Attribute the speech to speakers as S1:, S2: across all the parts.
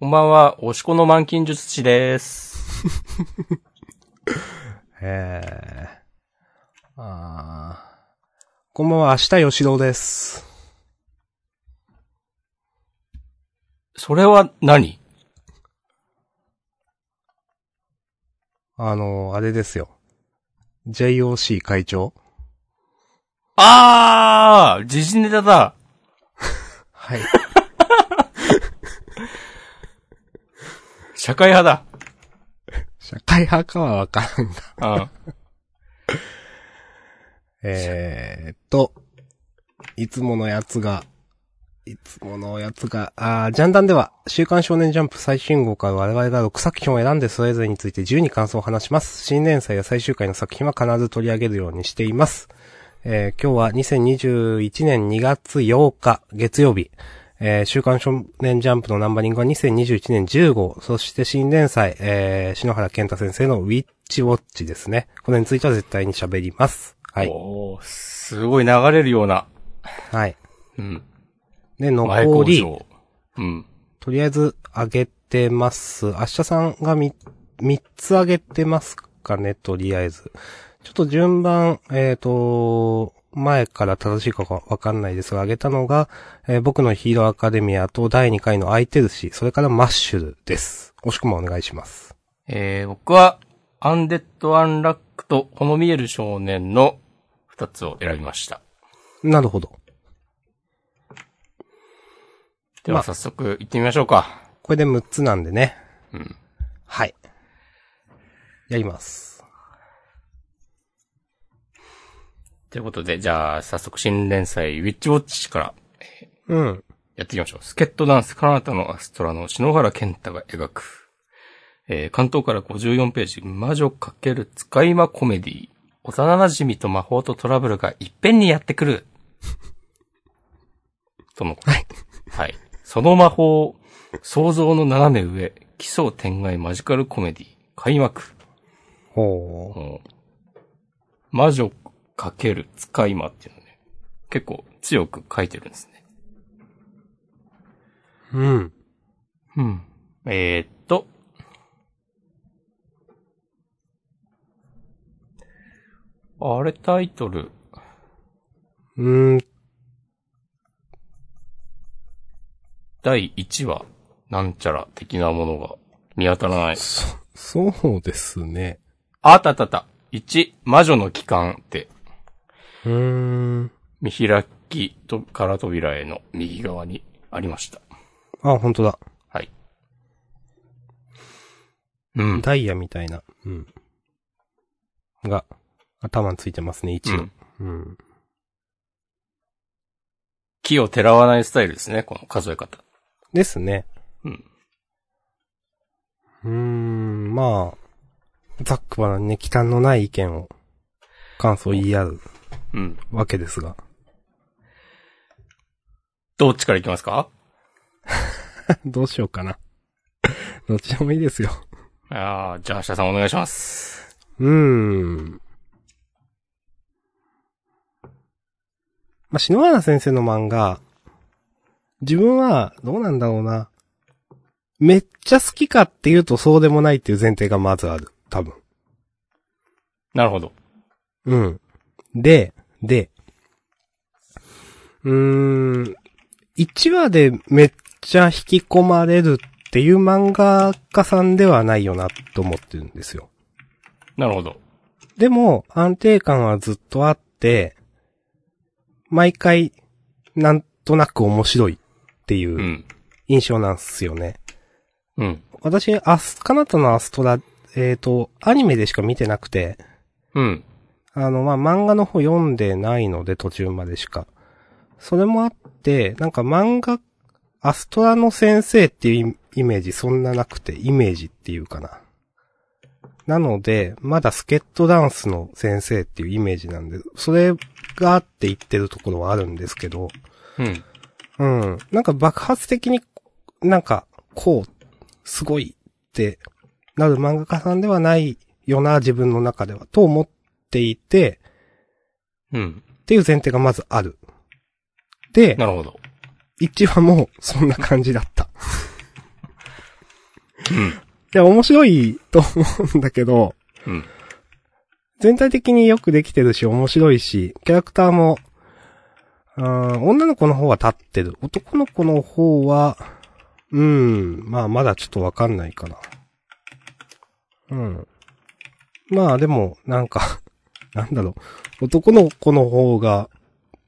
S1: こんばんは、おしこの満金術師です。
S2: ええああ。こんばんは、明日吉堂です。
S1: それは何
S2: あの、あれですよ。JOC 会長。
S1: あー時事ネタだ
S2: はい。
S1: 社会派
S2: 社会派かはわからんが。
S1: だうん。
S2: えーっと、いつものやつが、いつものやつが、あージャンダンでは、週刊少年ジャンプ最新号から我々が6作品を選んでそれぞれについて自由に感想を話します。新連載や最終回の作品は必ず取り上げるようにしています。えー今日は2021年2月8日、月曜日。えー週刊少年ジャンプのナンバリングは2021年10号、そして新連載、えー篠原健太先生のウィッチウォッチですね。これについては絶対に喋ります。はい。
S1: おー、すごい流れるような。
S2: はい。
S1: うん。前
S2: で、残
S1: 工
S2: り、
S1: 場。うん。
S2: とりあえず上げてます。明日さんがみ、3つ上げてますかね、とりあえず。ちょっと順番、えっ、と、前から正しいかわかんないですが、上げたのが、えー僕のヒーローアカデミアと第2回の空いてるし、それからマッシュルです。惜しくもお願いします。
S1: えー、僕は、アンデッド・アンラックと、この見える少年の二つを選びました。
S2: なるほど。
S1: で
S2: ま
S1: は
S2: あ
S1: 早速行ってみましょうか。
S2: これで6つなんでね。
S1: うん。
S2: はい。やります。
S1: ということで、じゃあ、早速新連載、ウィッチウォッチから
S2: うん。
S1: やっていきましょう。スケットダンス、彼方のアストラの篠原健太が描く。えー関東から54ページ、魔女×使い魔コメディ。幼馴染と魔法とトラブルがいっぺんにやってくる。 とのこと。はい。その魔法、想像の斜め上、奇想天外マジカルコメディ。開幕。
S2: ほう。
S1: うん魔女×使い魔っていうのね。結構強く書いてるんですね。
S2: うん。
S1: うん。えー、っと。あれタイトル。
S2: うーん
S1: 第1話。なんちゃら的なものが見当たらない。
S2: そ、そうですね。
S1: ああったあったあった。1、魔女の帰還って。
S2: うーん。
S1: 見開きと、から扉への右側にありました。
S2: あ、本当だ。
S1: はい。うん。
S2: ダイヤみたいな。うん。が、頭についてますね、一応。うん。
S1: 木をてらわないスタイルですね、この数え方。
S2: ですね。
S1: うん。
S2: うーん、まあ、ざっくばらんにね、忌憚のない意見を、感想を言い合う
S1: うん。
S2: わけですが。
S1: どっちからいきますか
S2: どうしようかな。どっちでもいいですよ。
S1: ああ、じゃあ、明日さんお願いします。
S2: うーん。まあ、篠原先生の漫画、自分は、どうなんだろうな。めっちゃ好きかっていうとそうでもないっていう前提がまずある。多分。
S1: なるほど。
S2: うん。で、で、うーん、1話でめっちゃ引き込まれるっていう漫画家さんではないよなと思ってるんですよ。
S1: なるほど。。
S2: でも、安定感はずっとあって、毎回、なんとなく面白いっていううん印象なんすよね。
S1: うん。
S2: 私、アス、カナタのアストラ、えっ、と、アニメでしか見てなくて、
S1: うん。
S2: あの、まあ、漫画の方読んでないので、途中までしか。それもあって、なんか漫画、アストラの先生っていうイイメージそんななくて、イメージっていうかな。なので、まだスケットダンスの先生っていうイメージなんで、それがあって言ってるところはあるんですけど、
S1: うん。
S2: うん。なんか爆発的に、なんか、こう、すごいってなる漫画家さんではないよな、自分の中では、と思っていて、
S1: うん。
S2: っていう前提がまずある。で、
S1: なるほど。
S2: 1話もそんな感じだった。いや、面白いと思うんだけど、
S1: うん。
S2: 全体的によくできてるし、面白いし、キャラクターも、あー女の子の方は立ってる。男の子の方は、うん、まあまだちょっとわかんないかな。うん。まあでも、なんか、 なんだろう。男の子の方が、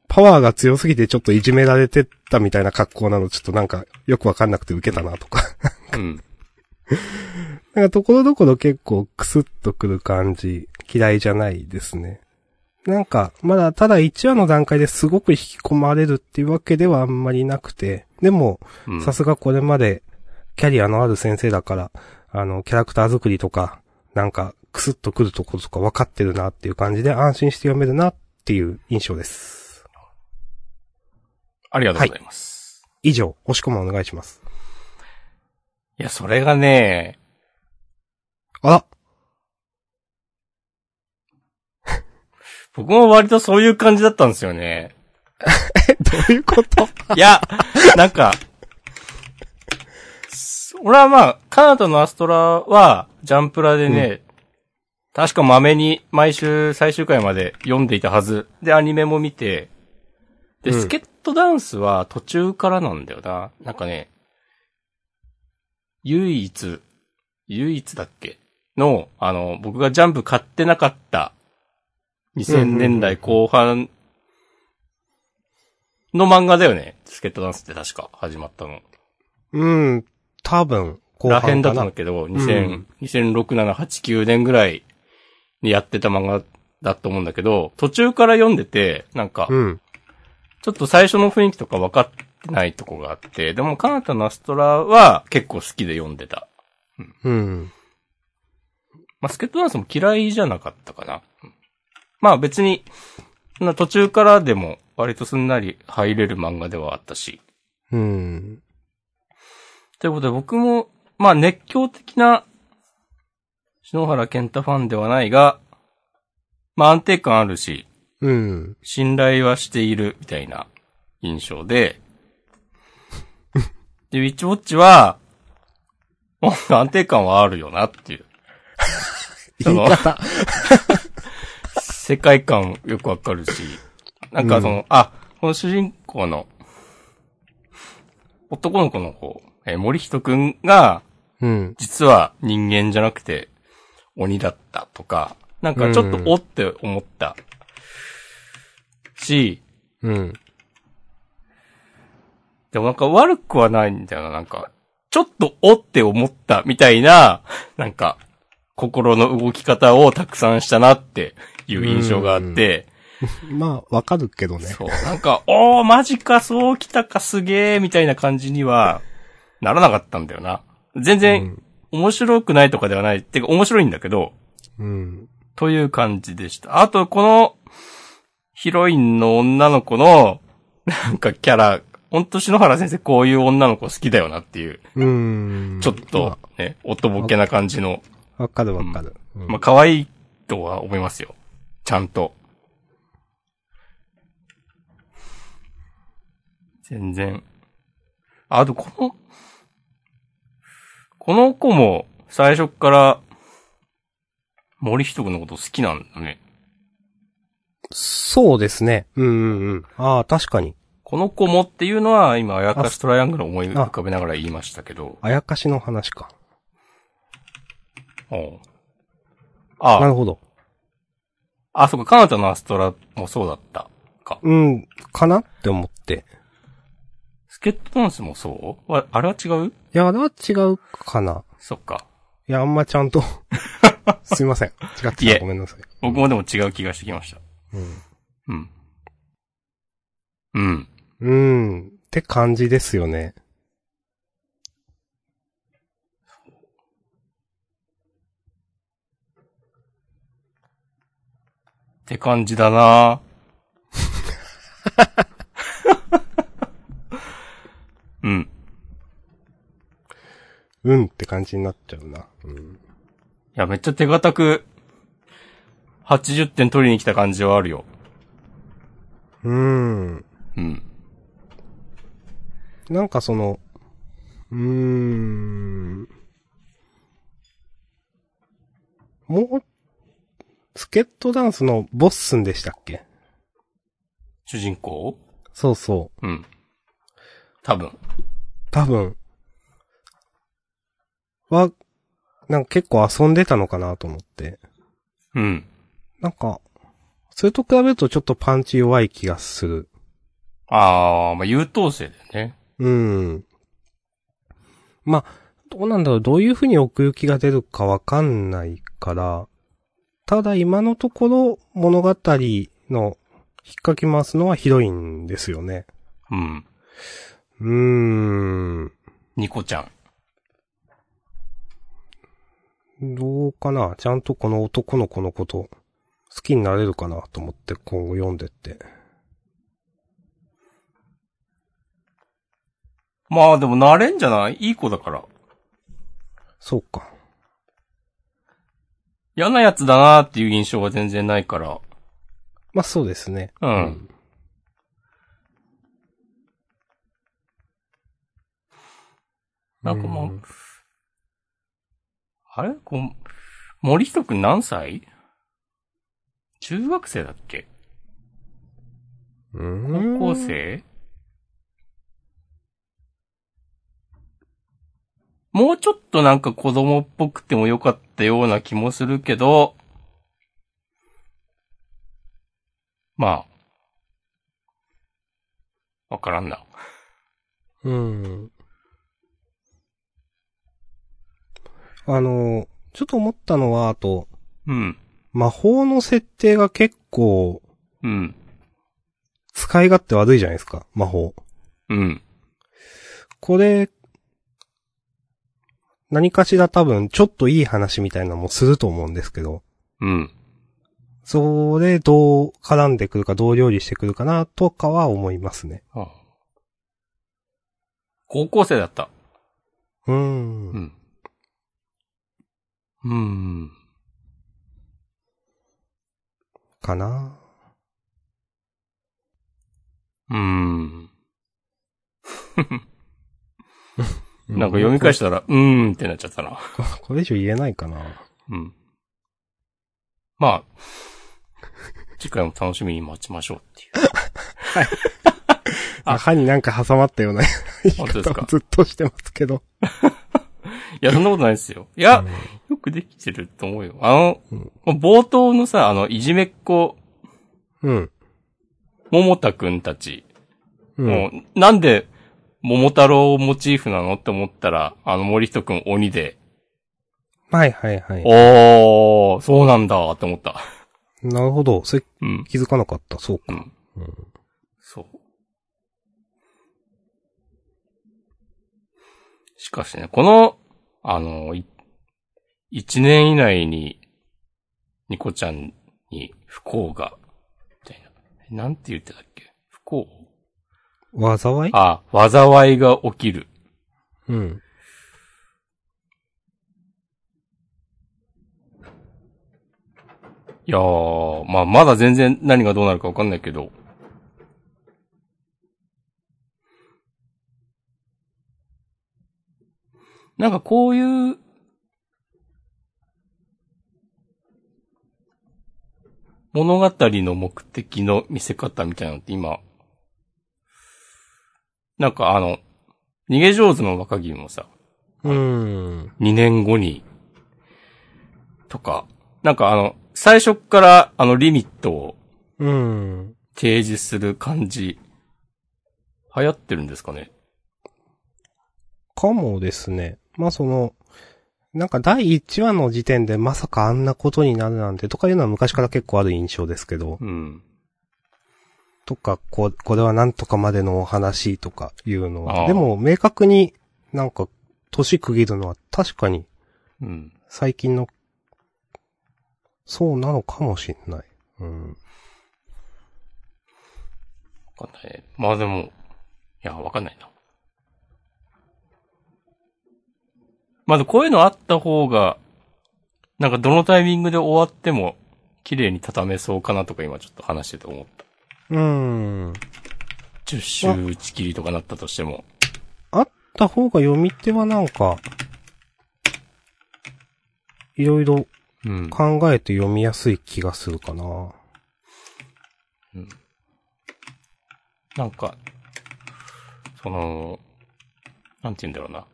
S2: パワーが強すぎてちょっといじめられてたみたいな格好なの、ちょっとなんかよくわかんなくて受けたなとか。
S1: うん。
S2: なんかところどころ結構クスッとくる感じ、嫌いじゃないですね。なんか、まだただ1話の段階ですごく引き込まれるっていうわけではあんまりなくて、でも、
S1: うん。
S2: さすがこれまでキャリアのある先生だから、あの、キャラクター作りとか、なんか、クスッとくるところとか分かってるなっていう感じで安心して読めるなっていう印象です。
S1: ありがとうございます。
S2: 以上、押し込まお願いします。
S1: いや、それがね、
S2: あら
S1: 僕も割とそういう感じだったんですよね。
S2: え、どういうこと
S1: いや、なんか、す俺はまあ、カナダのアストラは、ジャンプラでね、確か豆に毎週最終回まで読んでいたはず。で、アニメも見て、で、
S2: うん
S1: スケットダンスは途中からなんだよな。なんかね、唯一、唯一だっけの、あの、僕がジャンプ買ってなかった、2000年代後半の漫画だよね。スケットダンスって確か始まったの。
S2: うん、多分、後
S1: らへん
S2: 半
S1: だ
S2: か
S1: ったん
S2: な
S1: だ。けど、
S2: ん
S1: 2000 2006、7、8、9年ぐらいにやってた漫画だと思うんだけど、途中から読んでて、なんか、
S2: うん。
S1: ちょっと最初の雰囲気とか分かってないとこがあって、でも、カナタのアストラは結構好きで読んでた。
S2: うん。
S1: まあ、スケットダンスも嫌いじゃなかったかな。うんまあ別に、そんな途中からでも割とすんなり入れる漫画ではあったし。
S2: うん。
S1: ということで僕も、まあ熱狂的な篠原健太ファンではないが、まあ安定感あるし、
S2: うん。
S1: 信頼はしているみたいな印象で、で、ウィッチウォッチは、もう安定感はあるよなっていう。
S2: 言い方。
S1: 世界観よくわかるし、なんかその、あ、この主人公の、男の子の方、えー森人くんが、
S2: うん。
S1: 実は人間じゃなくて、鬼だったとか、なんかちょっとおって思った。し、
S2: うん。
S1: でもなんか悪くはないんだよな、なんか。ちょっとおって思ったみたいな、なんか、心の動き方をたくさんしたなっていう印象があって、
S2: まあ、わかるけどね。
S1: そう。なんか、おー、マジか、そう来たか、すげー、みたいな感じには、ならなかったんだよな。全然、面白くないとかではない。てか、面白いんだけど、
S2: うん。
S1: という感じでした。あと、この、ヒロインの女の子の、なんかキャラ、ほんと篠原先生こういう女の子好きだよなっていう、
S2: うん。
S1: ちょっと、ね、おとぼけな感じの、
S2: まあ。わかるわかる。うん
S1: まあ、可愛いとは思いますよ。ちゃんと。全然。あと、この、この子も最初っから森人君のこと好きなんだね。
S2: そうですね。うんうんうん。ああ、確かに。
S1: この子もっていうのは今、あやかしトライアングルを思い浮かべながら言いましたけど。
S2: あやかしの話か。
S1: うん
S2: な
S1: あ
S2: るほど。
S1: あ、そうか、カナタのアストラもそうだったか。
S2: うん、かなって思って。
S1: スケットダンスもそうああれは違う
S2: いや、あれは違うかな。
S1: そっか。
S2: いや、あんまちゃんと。 すいません。違って
S1: いえ
S2: た。ごめんなさい。
S1: 僕もでも違う気がしてきました。
S2: うん。
S1: うん。うん。
S2: うん。って感じですよね。
S1: って感じだな うん。
S2: うんって感じになっちゃうな。うん。
S1: いや、めっちゃ手堅く、80点取りに来た感じはあるよ。
S2: うん。
S1: うん。
S2: なんかその、うーん。もう、スケットダンスのボッスンでしたっけ
S1: 主人公
S2: そうそう。
S1: うん。多分。
S2: 多分、は、なんか結構遊んでたのかなと思って。
S1: うん。
S2: なんか、それと比べるとちょっとパンチ弱い気がする。
S1: あー、まあ、優等生だよね。
S2: うん。まあ、どうなんだろう、どういう風に奥行きが出るかわかんないから、ただ今のところ物語の引っかき回すのはひどいんですよね。
S1: うん。
S2: うーん。
S1: ニコちゃん。
S2: どうかなちゃんとこの男の子のこと、好きになれるかなと思って今後読んでって。
S1: まあでも慣れんじゃないいい子だから。
S2: そうか。
S1: 嫌なやつだなーっていう印象が全然ないから。
S2: まあそうですね。
S1: うん。
S2: うん
S1: なんかまあ
S2: うん
S1: あれこう、森人くん何歳中学生だっけ高
S2: うーん
S1: 校生もうちょっとなんか子供っぽくてもよかったような気もするけど、まあ、わからんな。
S2: うん。あの、ちょっと思ったのは、あと、
S1: うん、
S2: 魔法の設定が結構、
S1: うん、
S2: 使い勝手悪いじゃないですか、魔法。
S1: うん、
S2: これ、何かしら多分、ちょっといい話みたいなのもすると思うんですけど、
S1: うん。
S2: それどう絡んでくるか、どう料理してくるかな、とかは思いますね。
S1: ああ高校生だった。
S2: うーん。
S1: うん。うん。
S2: かな
S1: うん。
S2: う
S1: なんか読み返したら、うーんってなっちゃったな。
S2: ここれ以上言えないかな。
S1: うん。まあ、次回も楽しみに待ちましょうっていう。あ
S2: 歯になんか挟まったような言い
S1: 本当で
S2: 方
S1: す
S2: を
S1: か
S2: ずっとしてますけど。
S1: いや、そんなことないですよ。いや、よくできてると思うよ。あの、冒頭のさ、あの、いじめっ子、
S2: うん。
S1: 桃太くんたち。
S2: うん。
S1: もう、なんで、桃太郎をモチーフなのって思ったら、あの、森人くん鬼で、
S2: はいはいはい。
S1: おー、そうなんだって思った。
S2: なるほど。それ
S1: うん。
S2: 気づかなかった。そう
S1: う
S2: か。
S1: ん。
S2: うん
S1: そう。しかしね、この、あの、い一年以内に、ニコちゃんに不幸が、みたいな。なんて言ってたっけ不幸
S2: 災い
S1: あ、災いが起きる。
S2: うん。
S1: いやー、まあ、まだ全然何がどうなるかわかんないけど。なんかこういう、物語の目的の見せ方みたいなのって今、なんかあの、逃げ上手の若君もさ、
S2: うん。
S1: 2年後に、とか、なんかあの、最初っからあのリミットを
S2: うん。
S1: 提示する感じ、流行ってるんですかね。
S2: かもですね。まあその、なんか第1話の時点でまさかあんなことになるなんてとかいうのは昔から結構ある印象ですけど、
S1: うん。
S2: とか、こう、これはなんとかまでのお話とかいうの
S1: あ
S2: は、
S1: あ
S2: でも明確になんか年区切るのは確かに
S1: うん。
S2: 最近の、そうなのかもしんない。うん。
S1: わかんないね。まあでも、いや、わかんないな。まずこういうのあった方が、なんかどのタイミングで終わっても、綺麗に畳めそうかなとか今ちょっと話してて思った。
S2: うん。
S1: 10周打ち切りとかなったとしても。
S2: あった方が読み手はなんか、いろいろ
S1: うん。
S2: 考えて読みやすい気がするかな。
S1: なんか、その、なんて言うんだろうな。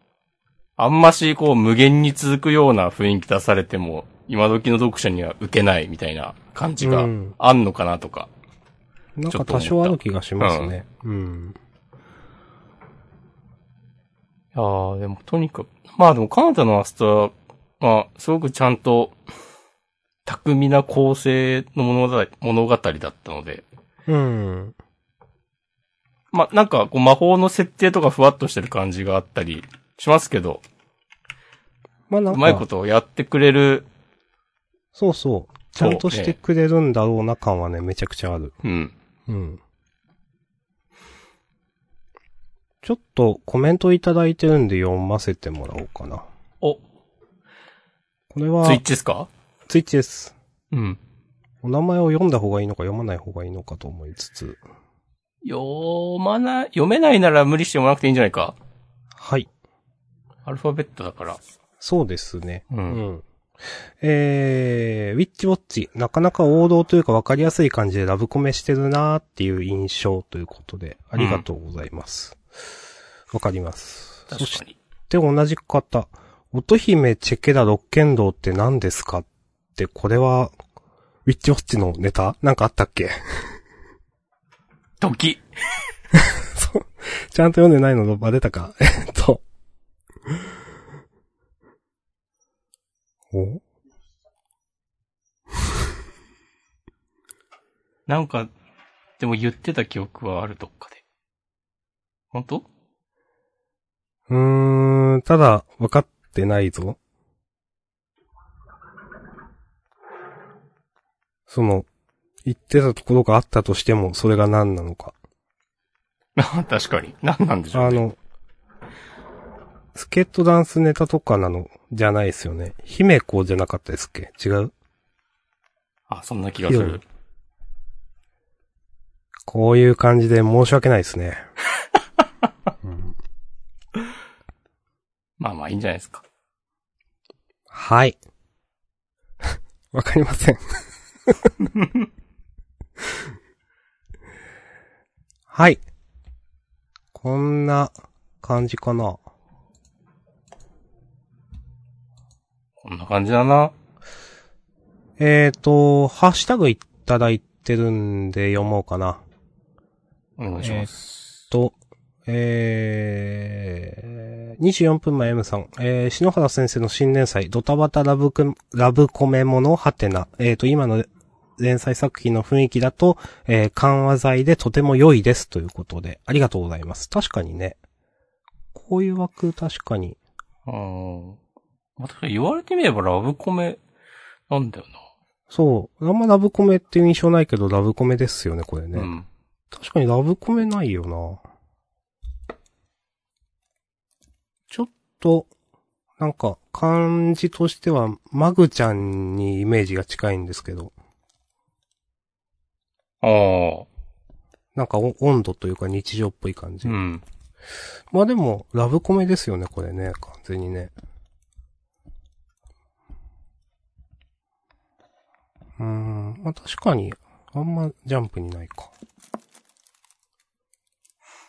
S1: あんまし、こう、無限に続くような雰囲気出されても、今時の読者には受けないみたいな感じが
S2: うん
S1: あんのかなとか。
S2: なん
S1: ちょ
S2: か
S1: っと思った
S2: 多少ある気がしますね。うん。
S1: ああ、でもとにかく、まあでもカナダのアストラは、すごくちゃんと、巧みな構成の物語物語だったので、
S2: うん。
S1: まあなんかこう魔法の設定とかふわっとしてる感じがあったりしますけど、
S2: まあなん
S1: う
S2: か、
S1: まいことをやってくれる、
S2: そうそう。ちゃんとしてくれるんだろうな感はね、めちゃくちゃある。
S1: うん。
S2: うん。ちょっとコメントいただいてるんで読ませてもらおうかな。
S1: お、
S2: これは
S1: ツイッ、チですか
S2: ツイッチです。
S1: うん。
S2: お名前を読んだ方がいいのか読まない方がいいのかと思いつつ。
S1: 読まな、読めないなら無理してもらなくていいんじゃないか
S2: はい。
S1: アルファベットだから。
S2: そうですね。
S1: う。
S2: うんん。えー、ウィッチウォッチ、なかなか王道というか分かりやすい感じでラブコメしてるなーっていう印象ということで、ありがとうございます。わ、かります。そ
S1: 確
S2: し
S1: かに。
S2: て同じ方、乙姫チェケラ六剣道って何ですかって、これは、ウィッチウォッチのネタなんかあったっけ
S1: 時。
S2: そう。ちゃんと読んでないのバレたか。 えっと。お
S1: なんか、でも言ってた記憶はあるどっかで。本当
S2: うーん、ただ、分かってないぞ。その、言ってたところがあったとしても、それが何なのか。
S1: あ 確かに。何なんでしょ
S2: あ
S1: うね。
S2: の、スケットダンスネタとかなの、じゃないですよね。姫子じゃなかったですっけ違う
S1: あ、そんな気がする。
S2: こういう感じで申し訳ないで すね。うん
S1: まあまあいいんじゃないですか。
S2: はい。わかりません。 はい。こんな感じかな。
S1: こんな感じだな。
S2: えっ、ー、と、ハッシュタグいただいてるんで読もうかな。
S1: お願いします。
S2: と、えー、24分前 M さん、えー、篠原先生の新連載、ドタバタラブく、ラブコメモのハテナ、えー、と、今の連載作品の雰囲気だと、えー、緩和剤でとても良いですということで、ありがとうございます。確かにね。こういう枠、確かに。
S1: うん。まあ確かに言われてみればラブコメなんだよ
S2: そう。あんまラブコメっていう印象ないけど、ラブコメですよね、これね。
S1: な。うん。
S2: 確かにラブコメないよな。ちょっと、なんか、感じとしては、マグちゃんにイメージが近いんですけど、
S1: ああ。
S2: なんかお温度というか日常っぽい感じ。
S1: うん。
S2: まあでも、ラブコメですよね、これね、完全にね。うーん、まあ確かに、あんまジャンプにないか。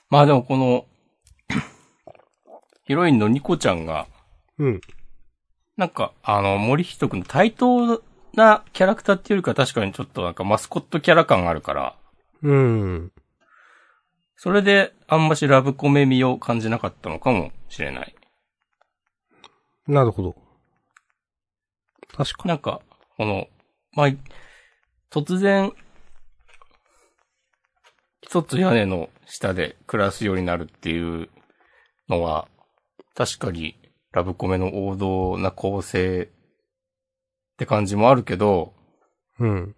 S1: まあでもこの、 ヒロインのニコちゃんが、
S2: うん。
S1: なんか、あの、森人くんの対等なキャラクターっていうよりかは確かにちょっとなんかマスコットキャラ感があるから、
S2: うん。
S1: それであんましラブコメ味を感じなかったのかもしれない。
S2: なるほど。確かに。
S1: なんか、この、まあ、突然、一つ屋根の下で暮らすようになるっていうのは、確かにラブコメの王道な構成って感じもあるけど、
S2: うん。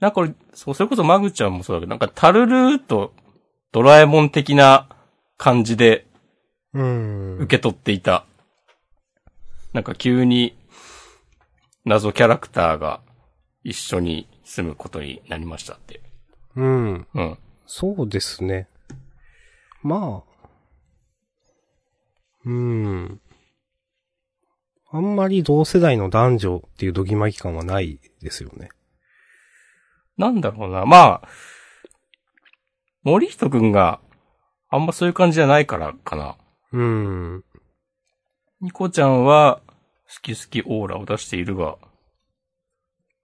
S1: なんかこれ、そう、それこそマグちゃんもそうだけど、なんかタルルーとドラえもん的な感じで
S2: うん。
S1: 受け取っていた。なんか急に謎キャラクターが一緒に住むことになりましたって。
S2: うん。
S1: うん。
S2: そうですね。まあ。うん。あんまり同世代の男女っていうどぎまぎ感はないですよね。
S1: なんだろうな。まあ、森人くんがあんまそういう感じじゃないからかな。
S2: うん。
S1: ニコちゃんは好き好きオーラを出しているが、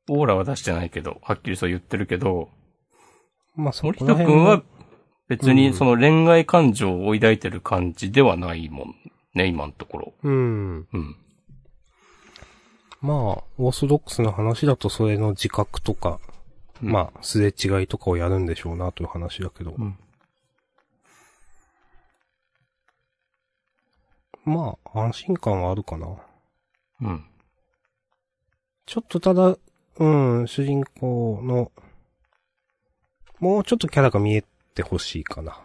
S1: オーラは出してないけど、はっきりそう言ってるけど、
S2: まあ、そ
S1: 森
S2: こ
S1: 人
S2: ら
S1: く
S2: 辺
S1: んは、別
S2: う
S1: に
S2: ん
S1: その恋愛感情を抱いてる感じではないもんね、今のところ。
S2: うん。
S1: うん。
S2: まあ、オーソドックスな話だとそれの自覚とか、
S1: うん
S2: まあ、すれ違いとかをやるんでしょうなという話だけど。
S1: うん
S2: まあ、安心感はあるかな。
S1: うん。
S2: ちょっとただ、うん、主人公の、もうちょっとキャラが見えてほしいか な。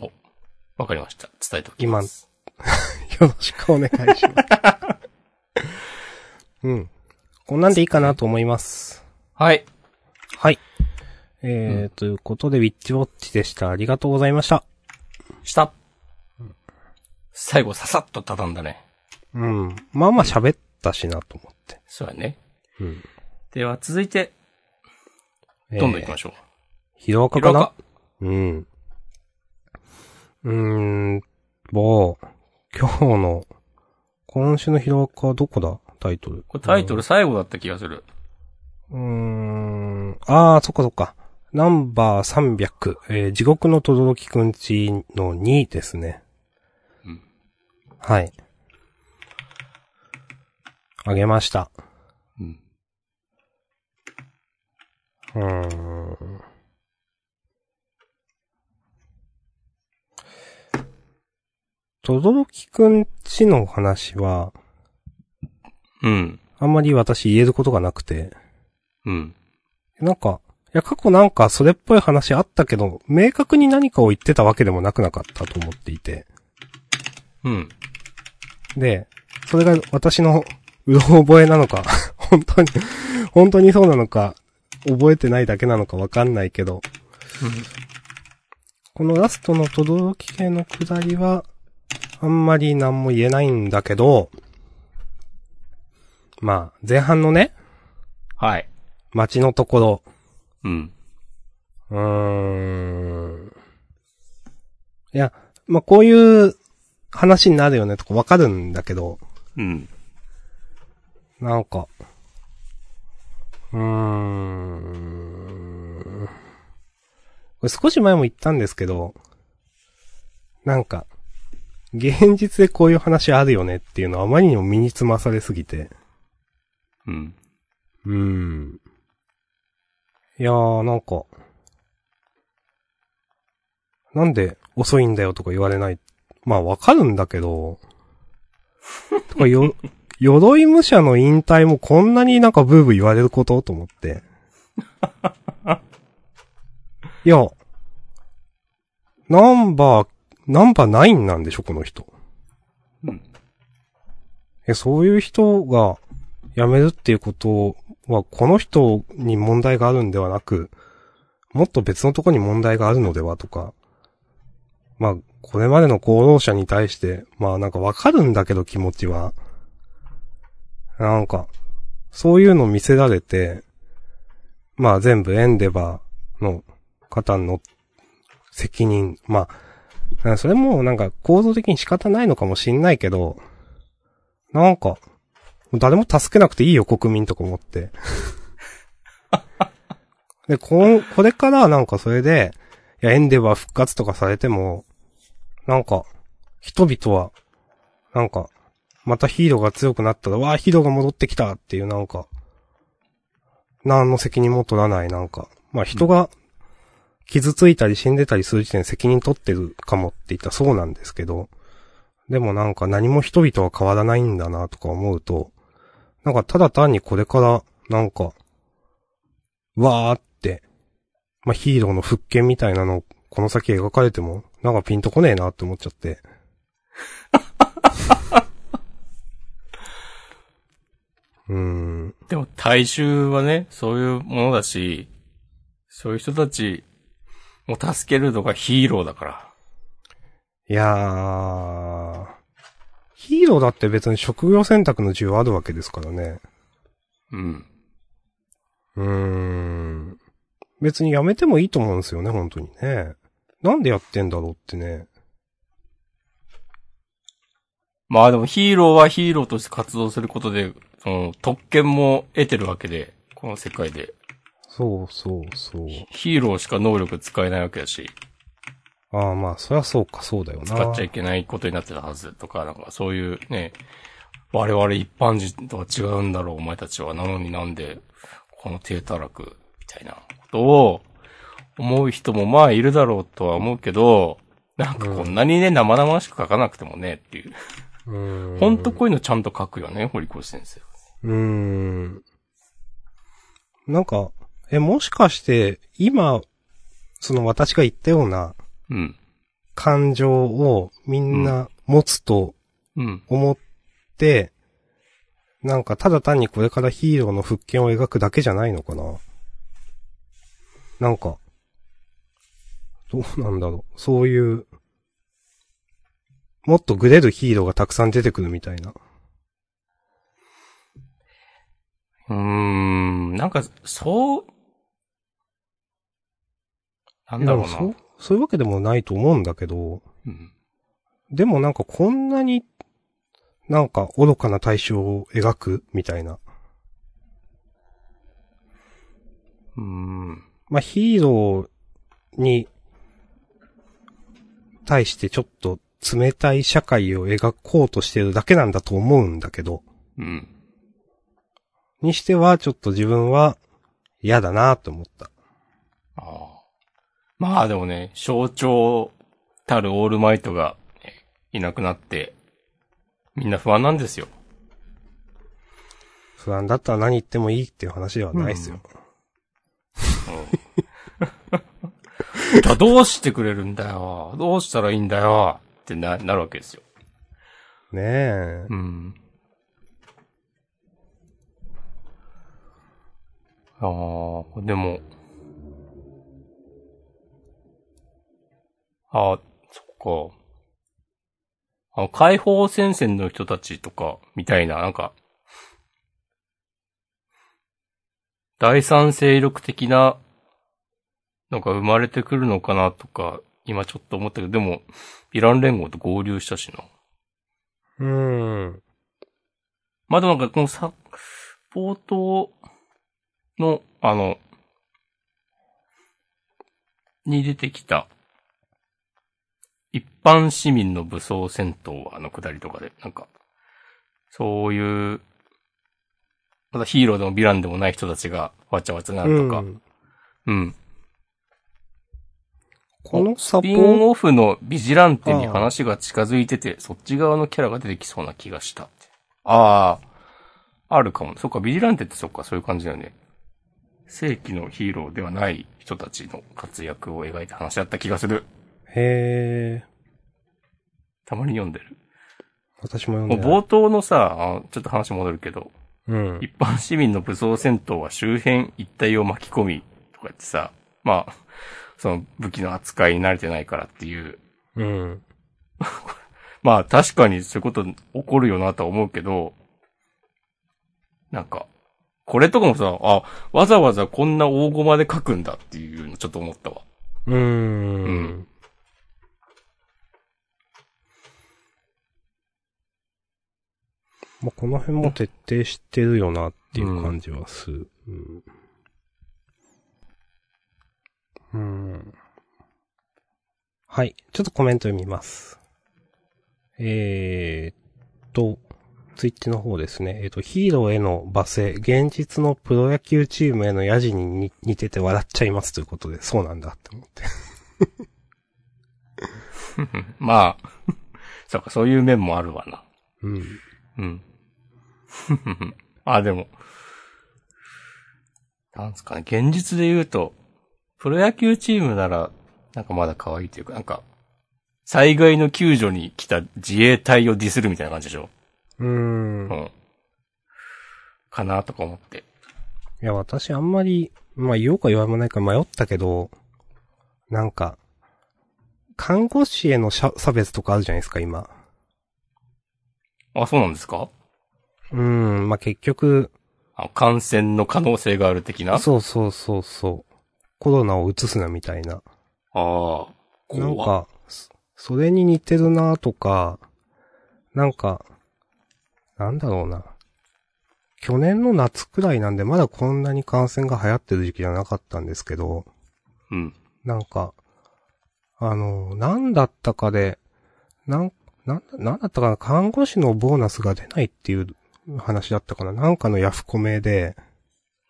S1: おわかりました。伝えとき
S2: 今
S1: ま
S2: の
S1: す。
S2: よろしくお願いします。 うん。こんなんでいいかなと思います。
S1: はい。
S2: はい。えー
S1: うん
S2: ということで、ウィッチウォッチでした。ありがとうございました。
S1: した。最後、ささっと畳んだね。
S2: うん。まあまあ喋ったしなと思って。
S1: そうやね。
S2: うん。
S1: では、続いて、どんどん行きま
S2: し
S1: しょ
S2: ょ
S1: う。
S2: う。ヒロアカ
S1: ヒロ
S2: か
S1: ア
S2: な
S1: カ
S2: うん。うーん、もう、今日の、今週のヒロアカはどこだタイトル。
S1: これタイトル最後だった気がする。
S2: うーん。あー、そっかそっか。ナンバー300、えー地獄のとどろきくんちの2ですね。
S1: うん
S2: はい。あげました。
S1: うん。
S2: うーん。とどろきくんちの話は、
S1: うん。
S2: あんまり私言えることがなくて。
S1: うん。
S2: なんか、いや、過去なんかそれっぽい話あったけど、明確に何かを言ってたわけでもなくなかったと思っていて。
S1: うん。
S2: で、それが私のうろ覚えなのか、 本当に、本当にそうなのか、覚えてないだけなのかわかんないけど、このラストの都道府県の下りは、あんまり何も言えないんだけど、まあ、前半のね、
S1: はい。
S2: 街のところ、
S1: うん。
S2: うーん。いや、まあ、こういう話になるよねとかわかるんだけど、
S1: うん。
S2: なんか、うーん。これ少し前も言ったんですけど、なんか、現実でこういう話あるよねっていうのはあまりにも身につまされすぎて、
S1: うん。
S2: うーん。いやー、なんか、なんで遅いんだよとか言われない。まあわかるんだけど、とかよ、 鎧武者の引退もこんなになんかブーブー言われることと思って。いや、ナンバー、ナンバーナインなんでしょ、この人。
S1: うん。
S2: え、そういう人が辞めるっていうことは、この人に問題があるんではなく、もっと別のとこに問題があるのではとか、まあ、これまでの功労者に対して、まあなんかわかるんだけど気持ちは、なんか、そういうの見せられて、まあ全部エンデバーの方の責任、まあ、うんそれもなんか構造的に仕方ないのかもしんないけど、なんか、誰も助けなくていいよ、国民とか思って。で、こん、これからはなんかそれで、いや、エンデバー復活とかされても、なんか、人々は、なんか、またヒーローが強くなったら、わあ、ヒーローが戻ってきたっていう、なんか、何の責任も取らない、なんか。まあ、人が、傷ついたり死んでたりする時点で責任取ってるかもって言ったらそうなんですけど、でもなんか何も人々は変わらないんだなとか思うと、なんかただ単にこれから、なんか、わーって、まあ、ヒーローの復権みたいなの、この先描かれても、なんかピンとこねえなって思っちゃって。うーん。
S1: でも、大衆はね、そういうものだし、そういう人たちを助けるのがヒーローだから。
S2: いやー、ヒーローだって別に職業選択の自由はあるわけですからね。
S1: うん。
S2: うーん。別にやめてもいいと思うんですよね、本当にね。なんでやってんだろうってね。
S1: まあでもヒーローはヒーローとして活動することで、その特権も得てるわけで、この世界で。
S2: そうそうそう。
S1: ヒーローしか能力使えないわけだし、
S2: ああまあ、そりゃそうか、そうだよな。
S1: 使っちゃいけないことになってたはずとか、なんかそういうね、我々一般人とは違うんだろう、お前たちは。なのになんで、この低たらく、みたいなことを、思う人もまあいるだろうとは思うけど、なんかこんなにね、生々しく書かなくてもね、っていう。
S2: うーん。
S1: ほんとこういうのちゃんと書くよね、堀越先生。
S2: うーん。なんか、え、もしかして、今、その私が言ったような
S1: うん。
S2: 感情をみんな持つと
S1: うん。
S2: 思って、なんかただ単にこれからヒーローの復権を描くだけじゃないのかな。なんか、どうなんだろう。そういう、もっとグレるヒーローがたくさん出てくるみたいな。
S1: うーん、なんか、そう、なんだろう
S2: で
S1: な。
S2: もそう、そういうわけでもないと思うんだけど、
S1: うん。
S2: でもなんかこんなに、なんか愚かな対象を描くみたいな。
S1: うーん。
S2: まあヒーローに対してちょっと冷たい社会を描こうとしてるだけなんだと思うんだけど、
S1: うん。
S2: にしてはちょっと自分は嫌だなと思った。
S1: ああ。まあでもね、象徴たるオールマイトがいなくなって、みんな不安なんですよ。
S2: 不安だったら何言ってもいいっていう話ではないですよ。
S1: じゃあどうしてくれるんだよ。どうしたらいいんだよ。ってな、なるわけですよ。
S2: ねえ。
S1: うん。ああ、でも。ああ、そっか。あの、解放戦線の人たちとか、みたいな、なんか、第三勢力的な、なんか生まれてくるのかなとか、今ちょっと思ったけど、でも、ヴィラン連合と合流したしな。
S2: うーん。
S1: まあ、でもなんかこのサポートの、あの、に出てきた、一般市民の武装戦闘はあの下りとかで、なんか、そういう、まだヒーローでもヴィランでもない人たちがわちゃわちゃなるとか、
S2: うん
S1: うん。
S2: このサ
S1: ス
S2: ポ
S1: ピン
S2: ー
S1: オフのビジランテに話が近づいてて、そっち側のキャラが出てきそうな気がしたって。ああ、あるかも。そっか、ビジランテってそっか、そういう感じだよね。正規のヒーローではない人たちの活躍を描いた話だった気がする。
S2: へえ。
S1: たまに読んでる。
S2: 私も読ん
S1: も
S2: で
S1: う
S2: ない。
S1: 冒頭のさ、あちょっと話戻るけど、
S2: うん。
S1: 一般市民の武装戦闘は周辺一帯を巻き込み、とか言ってさ、まあ、その武器の扱いに慣れてないからっていう
S2: うん。
S1: まあ確かにそういうこと起こるよなとは思うけど、なんか、これとかもさ、あ、わざわざこんな大駒で書くんだっていうのちょっと思ったわ。
S2: うーん。まあ、この辺も徹底してるよなっていう感じはする。うん。うんはい。ちょっとコメント読みます。えーっと、ツイッチの方ですね。えーっと、ヒーローへの罵声、現実のプロ野球チームへのヤジに似似てて笑っちゃいますということで、そうなんだって思って。
S1: まあ、 そうか、そういう面もあるわな。
S2: うん。
S1: うん。 あ、でも、なんすかね、現実で言うと、プロ野球チームなら、なんかまだ可愛いというか、なんか、災害の救助に来た自衛隊をディスるみたいな感じでしょ
S2: うーん
S1: う。ん。かなとか思って。
S2: いや、私あんまり、まあ言おうか言わないか迷ったけど、なんか、看護師へのしゃ差別とかあるじゃないですか、今。
S1: あ、そうなんですか
S2: うん、まあ、結局、
S1: あ感染の可能性がある的な
S2: そうそうそうそう。コロナを移すなみたいな。
S1: ああ、
S2: なん
S1: 怖っ
S2: か、そそれに似てるなとか、なんか、なんだろうな。去年の夏くらいなんで、まだこんなに感染が流行ってる時期じゃなかったんですけど、
S1: うん。
S2: なんか、あの、なんだったかで、なん、なん、なんだったかな、看護師のボーナスが出ないっていう話だったかな。なんかのヤフコメで、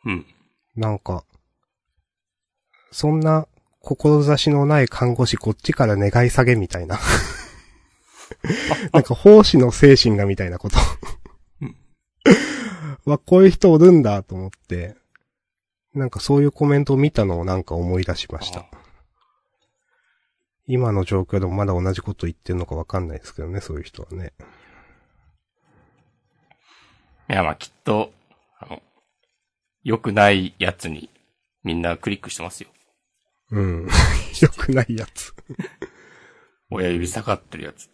S1: うん。
S2: なんか、そんな志のない看護師こっちから願い下げみたいな。なんか奉仕の精神がみたいなこと
S1: うん。
S2: は、こういう人おるんだと思って、なんかそういうコメントを見たのをなんか思い出しました
S1: あ。
S2: 今の状況でもまだ同じこと言ってるのかわかんないですけどね、そういう人はね。
S1: いや、まあきっと、あの、良くないやつにみんなクリックしてますよ。
S2: うん。良くないやつ。
S1: 親指下がってるやつ。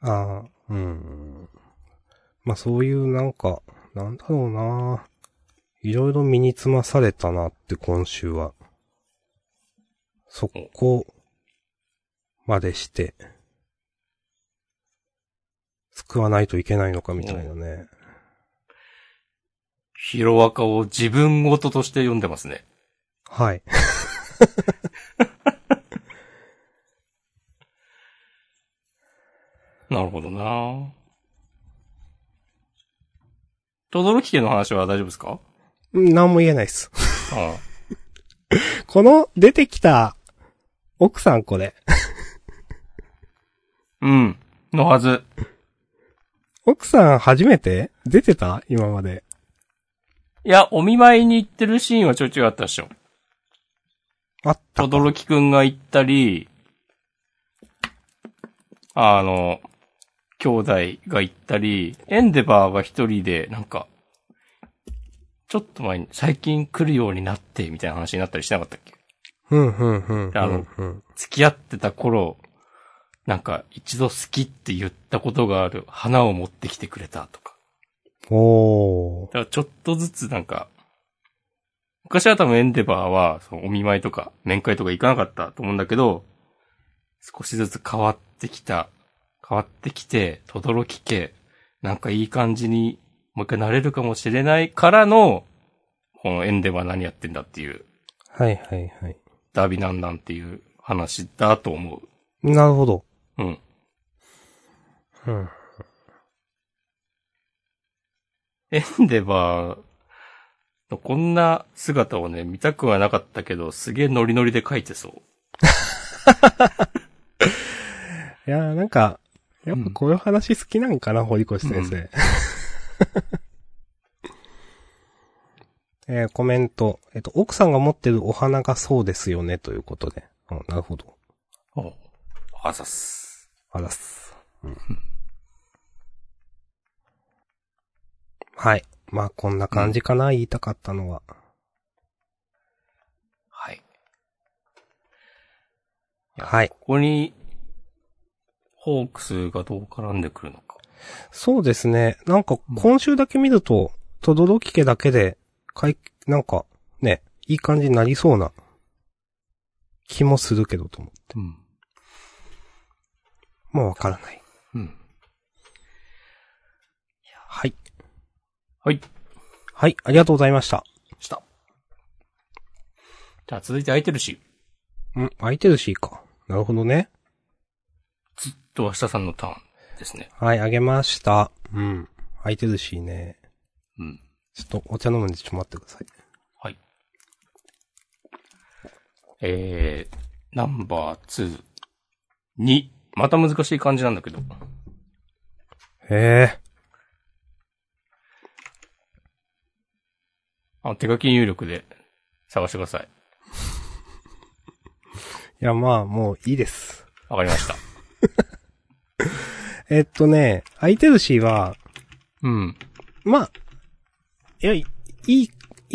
S2: ああ、うん。まあそういうなんか、なんだろうな。いろいろ身につまされたなって今週は。そこまでして、救わないといけないのかみたいなね。
S1: ヒロアカを自分ごととして読んでますね。
S2: はい。
S1: なるほどなとどろき家の話は大丈夫ですか
S2: うんなんも言えないっす。
S1: あ
S2: この出てきた奥さんこれ。
S1: あうん。のはず。
S2: 奥さん初めて出てた今まで。
S1: いや、お見舞いに行ってるシーンはちょいちょいあったでしょ。
S2: あった
S1: と。どろきくんが行ったり、あの、兄弟が行ったり、エンデバーが一人で、なんか、ちょっと前に、最近来るようになって、みたいな話になったりしなかったっけ
S2: うん、うん、うん。
S1: あの
S2: うん、
S1: 付き合ってた頃、なんか、一度好きって言ったことがある花を持ってきてくれたとか。
S2: うん。お
S1: だ。
S2: ー
S1: からちょっとずつなんか、昔は多分エンデバーは、そのお見舞いとか面会とか行かなかったと思うんだけど、少しずつ変わってきた、変わってきて、とどろき家、なんかいい感じに、もう一回なれるかもしれないからの、このエンデバー何やってんだっていう、
S2: はい、はい、はい。
S1: ダービなんなんっていう話だと思
S2: なるほど。
S1: う。うん。
S2: うん。
S1: エンデバーのこんな姿をね、見たくはなかったけど、すげえノリノリで描いてそう。
S2: いやーなんか、やっぱこういう話好きなんかな、堀越先生。 えーコメント。えっと、奥さんが持ってるお花がそうですよね、ということで。うん、なるほど。
S1: おあざっす。
S2: あらっす。 はい。まあ、こんな感じかな、言いたかったのは。
S1: はい。
S2: はい。
S1: ここに、ホークスがどう絡んでくるのか。
S2: そうですね。なんか、今週だけ見ると、とどろき家だけで、かい、なんか、ね、いい感じになりそうな、気もするけどと思う。
S1: うん。
S2: まあ、わからない。
S1: うん。
S2: はい。
S1: はい。
S2: はい、ありがとうございました。
S1: した。じゃあ続いて空いてるし、
S2: うん、空いてるし、か。なるほどね。
S1: と明日さんのターンですね。
S2: はい、あげました。うん。空いてるしね。
S1: うん。
S2: ちょっと、お茶飲むんで、ちょっと待ってください。
S1: はい。えー、ナンバー2。2。また難しい漢字なんだけど。
S2: へえ。
S1: あ、手書き入力で探してください。
S2: いや、まあ、もういいです。
S1: わかりました。
S2: えっとね、空いてるしは、
S1: うん。
S2: まあ、いや、いい、い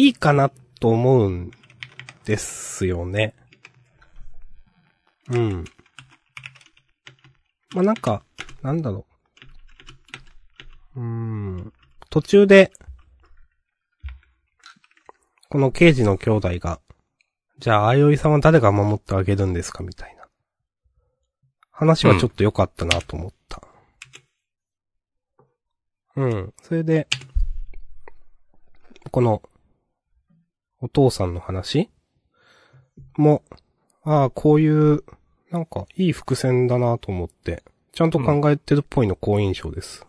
S2: いかなと思うんですよね。うん。まあ、なんか、なんだろう。うーん。途中で、この刑事の兄弟が、じゃあ、あいおいさんは誰が守ってあげるんですかみたいな。話はちょっと良かったなと思った。うん。それで、この、お父さんの話も、ああ、こういう、なんか、いい伏線だなと思って、ちゃんと考えてるっぽいの好印象です。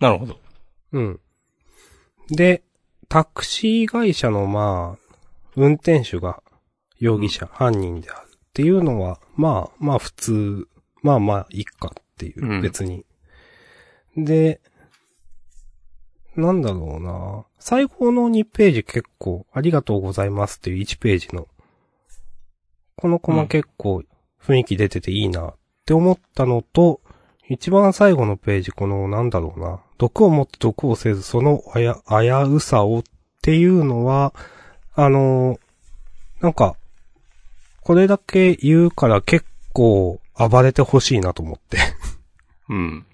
S1: なるほど。
S2: うん。で、タクシー会社の、まあ、運転手が容疑者、犯人であるっていうのは、まあ、まあ普通、まあまあ、いっかっていう、
S1: うん
S2: 別に。で、なんだろうな最後の2ページ結構、ありがとうございますっていう1ページの、このコマ結構雰囲気出てていいなって思ったのと、一番最後のページ、この、なんだろうな。毒を持って毒をせず、そのあや、危うさをっていうのは、あのーなんか、これだけ言うから結構暴れてほしいなと思って。
S1: うん。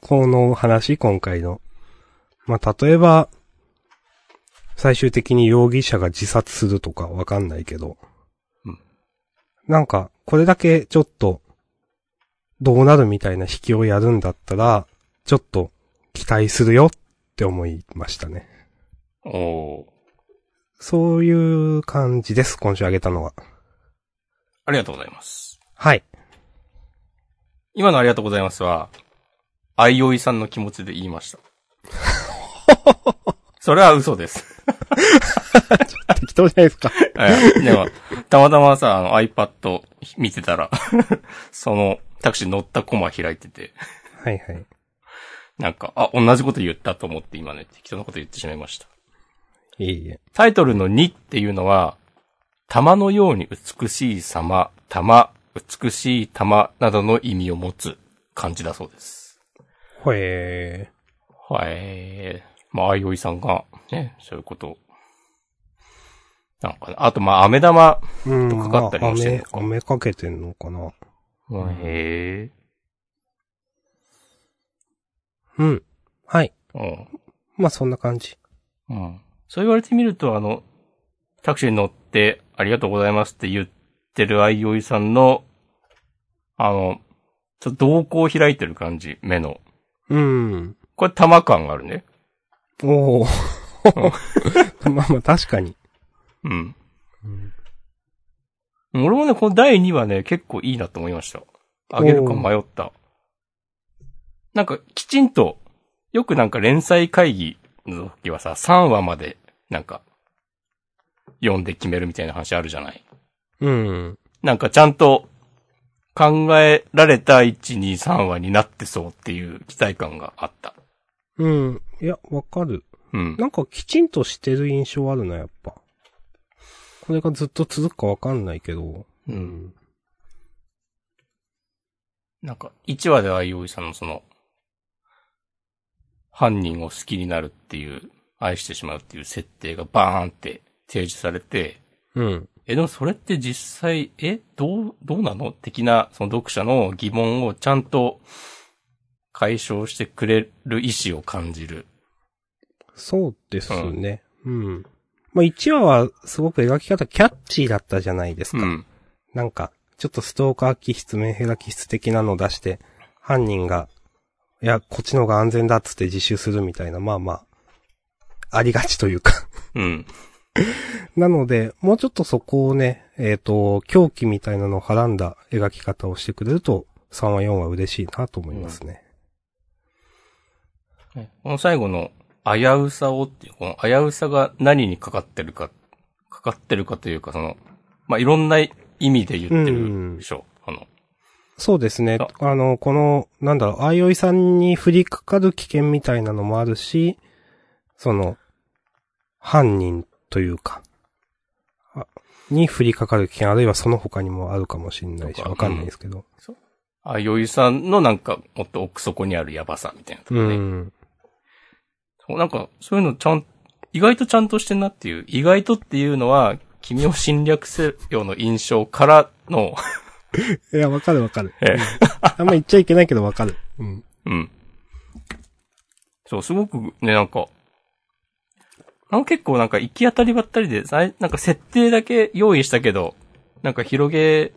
S2: この話、今回の。まあ、例えば、最終的に容疑者が自殺するとかわかんないけど。
S1: うん
S2: なんか、これだけちょっと、どうなるみたいな引きをやるんだったら、ちょっと期待するよって思いましたね。
S1: おー。
S2: そういう感じです、今週あげたのは。
S1: ありがとうございます。
S2: はい。
S1: 今のありがとうございますは、あいおいさんの気持ちで言いました。それは嘘です。
S2: 適当じゃないですか。
S1: はいでも、たまたまさ、あの iPad 見てたら、 そのタクシー乗ったコマ開いてて、
S2: はいはい。
S1: なんか、あ、同じこと言ったと思って今ね、適当なこと言ってしまいました。
S2: いえいえ。
S1: タイトルの2っていうのは、玉のように美しい様、玉、美しい玉などの意味を持つ漢字だそうです。
S2: ほえ
S1: はい。まあ、あいおいさんが、ね、そういうことを。なんかね、あと、まあ、飴玉。
S2: ー。うん、
S1: とかかったり
S2: まあ
S1: もしてん
S2: 雨
S1: の、か
S2: 雨かけてんのかな。
S1: へえ。
S2: うん。はい。
S1: うん。
S2: まあそんな感じ。
S1: うん。そう言われてみると、あの、タクシーに乗って、ありがとうございますって言ってるあいおいさんの、あの、ちょっと瞳孔を開いてる感じ、目の。
S2: うん。
S1: これ玉感があるね。
S2: おお。 まあまあ確かに。
S1: うん。俺もね、この第2話ね、結構いいなと思いました。あげるか迷った。なんか、きちんと、よくなんか連載会議の時はさ、3話まで、なんか、読んで決めるみたいな話あるじゃない。
S2: うん。
S1: なんかちゃんと、考えられた1、2、3話になってそうっていう期待感があった。
S2: うん。いや、わかる。
S1: うん。
S2: なんかきちんとしてる印象あるな、やっぱ。これがずっと続くかわかんないけど。
S1: うん。なんか、1話ではおいさんのその、犯人を好きになるっていう、愛してしまうっていう設定がバーンって提示されて、
S2: うん。
S1: え、でもそれって実際、え、どう、どうなの的な、その読者の疑問をちゃんと解消してくれる意思を感じる。
S2: そうですね。うん。まあ1話はすごく描き方キャッチーだったじゃないですか。
S1: うん。
S2: なんか、ちょっとストーカー気質、メンヘラ気質的なのを出して、犯人が、いや、こっちの方が安全だっつって自首するみたいな、まあまあ、ありがちというか。
S1: うん。
S2: なので、もうちょっとそこをね、えっ、と、狂気みたいなのをはらんだ描き方をしてくれると、3話4話嬉しいなと思いますね。
S1: ねこの最後の危うさをっていう、この危うさが何にかかってるか、かかってるかというか、その、まあ、いろんな意味で言ってるでしょ。あの、
S2: そうですね
S1: あ。
S2: あの、この、なんだろう、あいおいさんに降りかかる危険みたいなのもあるし、その、犯人というか、あに降りかかる危険、あるいはその他にもあるかもしれないし、
S1: とか
S2: わかんないですけど。
S1: あよいさんのなんか、もっと奥底にあるやばさみたいなとこ
S2: う
S1: ろね。
S2: ん。
S1: そうなんか、そういうのちゃん、意外とちゃんとしてんなっていう、意外とっていうのは、君を侵略せよの印象からの
S2: いや、わかるわかる。
S1: ええ
S2: あんま言っちゃいけないけどわかる。うん。
S1: うん。そう、すごくね、なんか、なんか結構なんか行き当たりばったりで、さいなんか設定だけ用意したけど、なんか広げ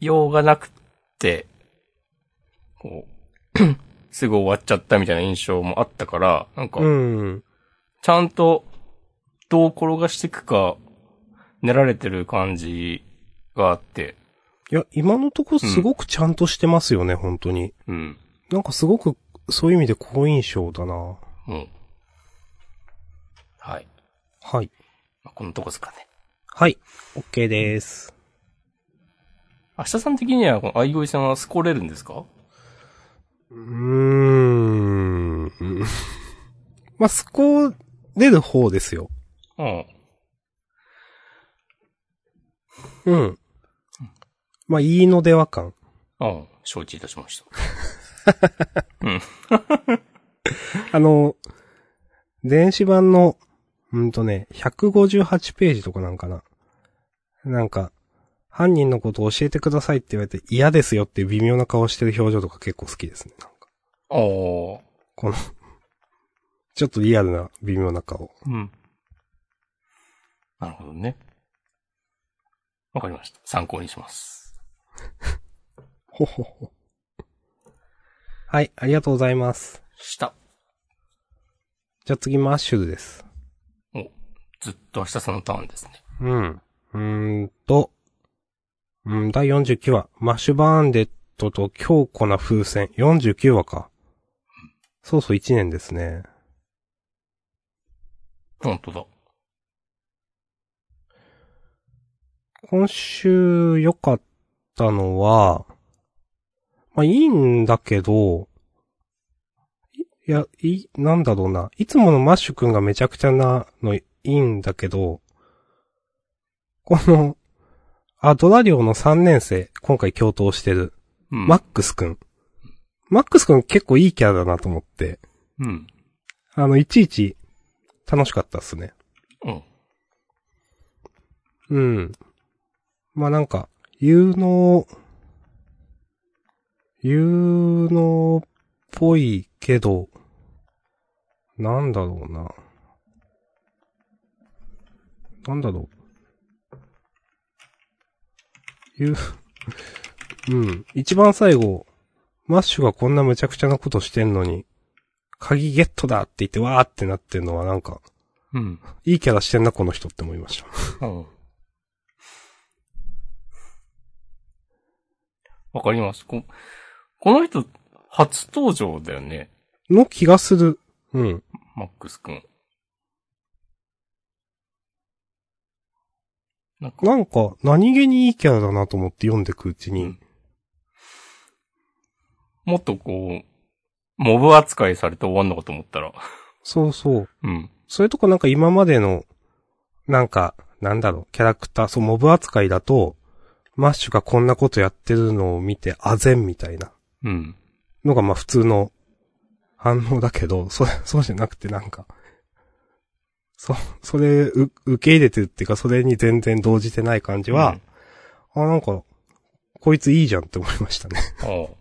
S1: ようがなくて、こう、 すぐ終わっちゃったみたいな印象もあったから、なんか
S2: う、ん。
S1: ちゃんと、どう転がしていくか、練られてる感じがあって、
S2: いや、今のとこすごくちゃんとしてますよね、本当に。
S1: うん。
S2: なんかすごく、そういう意味で好印象だな。
S1: もう。はい。
S2: はい。
S1: まあ、このとこですかね。
S2: はい。OK です。
S1: 明日さん的には、この相恋さんはスコれるんですか
S2: うーん。 まあ、そこ、出る方ですよ。
S1: うん。
S2: うん。まあ、いいのでは感。
S1: うん。承知いたしまし
S2: あの、電子版の、うんとね、158ページとかなんかな。なんか、犯人のことを教えてくださいって言われて嫌ですよっていう微妙な顔してる表情とか結構好きですね。なんか
S1: た。おー。
S2: この、ちょっとリアルな微妙な顔。
S1: うん。なるほどね。わかりました。参考にします。
S2: ほほほ。はい、ありがとうございます。
S1: した。
S2: じゃあ次マッシュルです。
S1: ずっと明日さんのターンですね。
S2: うん。うーんと、うん、第49話、マッシュバーンデットと強固な風船、49話か。そうそう、1年ですね。
S1: 本当だ。
S2: 今週良かったのは、まあいいんだけど、いいや、い、なんだろうな。いつものマッシュくんがめちゃくちゃなのいいんだけど、この、アドラリオの3年生、今回共闘してる、
S1: うん。
S2: マッ、クスくん。マックスくん結構いいキャラだなと思って、
S1: うん。
S2: あの、いちいち楽しかったっすね。
S1: うん。
S2: うん。まあなんか、有能、有能っぽいけど、なんだろうな。なんだろう。有、 うん。一番最後、マッシュがこんな無茶苦茶なことしてんのに、鍵ゲットだって言ってわーってなってんのはなんか、
S1: うん。
S2: いいキャラしてんなこの人って思いました。
S1: うん。わかります。ここの人、初登場だよね。
S2: の気がする。うん。
S1: マックスくん。なんか、
S2: なんか、何気にいいキャラだなと思って読んでくうちに、
S1: うんもっとこう、モブ扱いされて終わんのかと思ったら。
S2: そうそう。
S1: うん。
S2: そういうとこなんか今までの、なんか、なんだろう、キャラクター、そう、モブ扱いだと、マッシュがこんなことやってるのを見て、あぜんみたいな
S1: うん。
S2: のがまあ普通の反応だけど、 そ、そうじゃなくてなんか、そ、それ、う、受け入れてるっていうか、それに全然動じてない感じは、あ、なんか、こいついいじゃんって思いましたね。
S1: うん、ああ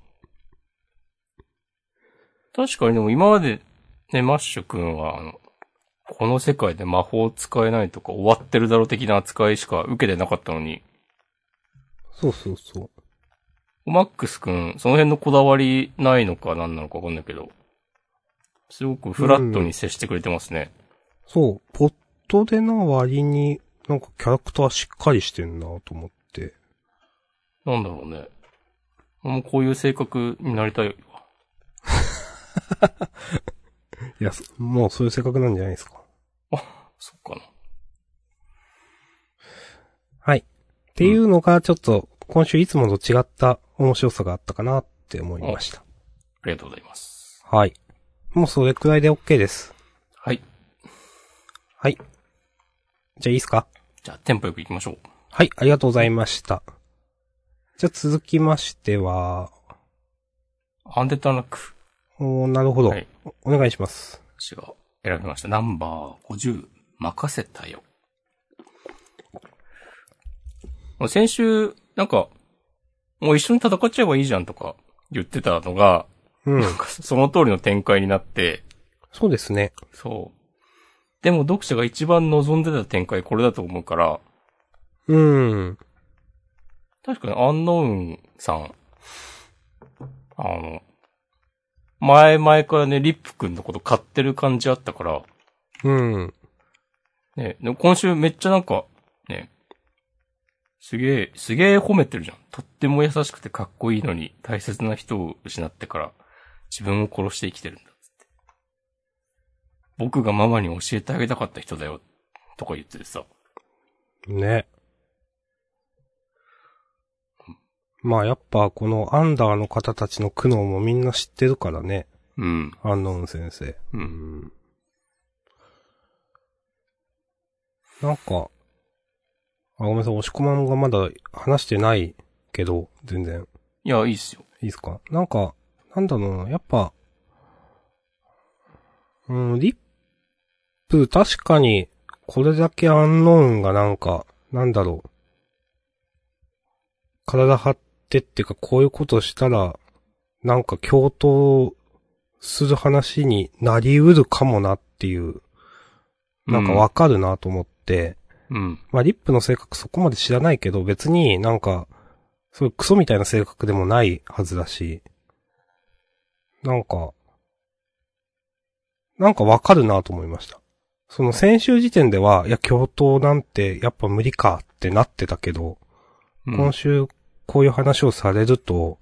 S1: 確かにでも今まで、ね、マッシュくんは、あの、この世界で魔法使えないとか終わってるだろ的な扱いしか受けてなかったのに、
S2: そうそうそう。
S1: マックスくん、その辺のこだわりないのか何なのかわかんないけど、すごくフラットに接してくれてますね。
S2: そう、ポットでな割に、なんかキャラクターしっかりしてんなと思って。
S1: なんだろうね。もうこういう性格になりたいわ。
S2: いや、そもうそういう性格なんじゃないですか。
S1: そっかな。
S2: はい。っていうのが、ちょっと、今週いつもと違った面白さがあったかなって思いました。
S1: ありがとうございます。
S2: はい。もうそれくらいで OK です。
S1: はい。
S2: はい。じゃあいいですか
S1: じゃあ、テンポよく行きましょう。
S2: はい、ありがとうございました。じゃあ続きましては、
S1: アンデッドアンラック。
S2: おーなるほど、
S1: はい
S2: お。お願いします。
S1: 私が選びました。ナンバー50、任せたよ。先週、なんか、もう一緒に戦っちゃえばいいじゃんとか言ってたのが、
S2: うん。
S1: なんかその通りの展開になって、
S2: そうですね。
S1: そう。でも読者が一番望んでた展開これだと思うから、
S2: うん。
S1: 確かにアンノウンさん、あの、前々からね、リップくんのこと買ってる感じあったから、
S2: うん。
S1: ね、でも今週めっちゃなんか、ね、すげえ、すげえ褒めてるじゃん。とっても優しくてかっこいいのに、大切な人を失ってから、自分を殺して生きてるんだっつって。僕がママに教えてあげたかった人だよ、とか言っててさ。
S2: ね。まあやっぱこのアンダーの方たちの苦悩もみんな知ってるからね。
S1: うん。
S2: アンノーン先生。
S1: う。
S2: うんん。なんか、あ、ごめんなさい、押し込まんがまだ話してないけど、全然。
S1: いや、いいっすよ。
S2: いいですかなんか、なんだろうな、やっぱ、うん、リップ、確かに、これだけアンノーンがなんか、なんだろう。体張ってっていうか、こういうことしたら、なんか共闘する話になりうるかもなっていう、なんかわかるなと思って、
S1: うん。
S2: まあ、リップの性格そこまで知らないけど、別になんか、そういうクソみたいな性格でもないはずだし、なんか、なんかわかるなと思いました。その先週時点では、いや、共闘なんてやっぱ無理かってなってたけど、
S1: うん。
S2: 今週こういう話をされると、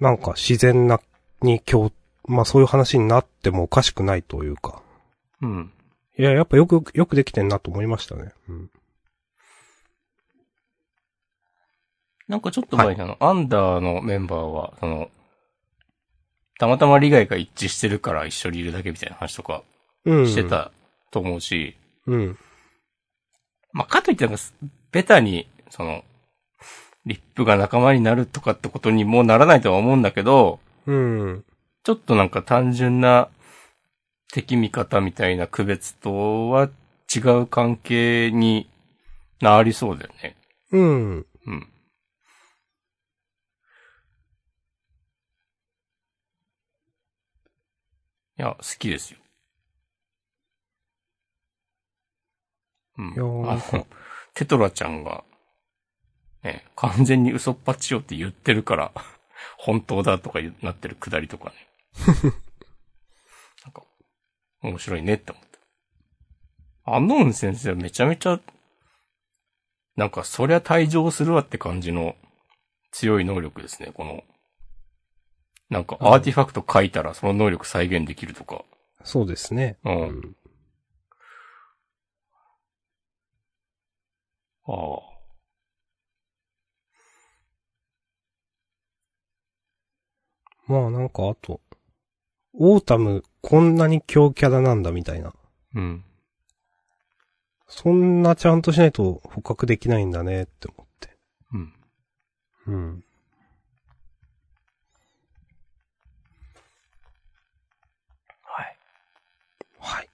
S2: なんか自然なに共、まあそういう話になってもおかしくないというか、
S1: うん。
S2: いや、やっぱよく、よくできてんなと思いましたね。うん。
S1: なんかちょっと前にあの、アンダーのメンバーは、その、たまたま利害が一致してるから一緒にいるだけみたいな話とか
S2: うん。
S1: して。たと思うし、
S2: うん。
S1: まあ、かといってなんか、ベタに、その、リップが仲間になるとかってことにもうならないとは思うんだけど、
S2: うん。
S1: ちょっとなんか単純な敵味方みたいな区別とは違う関係になりそうだよね。
S2: うん。
S1: うん。いや、好きですよ。う
S2: いやー
S1: ん。あの、テトラちゃんが、ね、完全に嘘っぱちよって言ってるから、本当だとか言うなってるくだりとかね。なんか、面白いねって思った。アンノーン先生はめちゃめちゃなんか、そりゃ退場するわって感じの強い能力ですね、この。なんか、アーティファクト書いたらその能力再現できるとか。
S2: そうですね。
S1: う。
S2: うん
S1: ああ。
S2: まあなんかあと、オータムこんなに強キャラなんだみたいな。
S1: うん。
S2: そんなちゃんとしないと捕獲できないんだねって思って。
S1: うん。
S2: うん。
S1: はい。
S2: はい。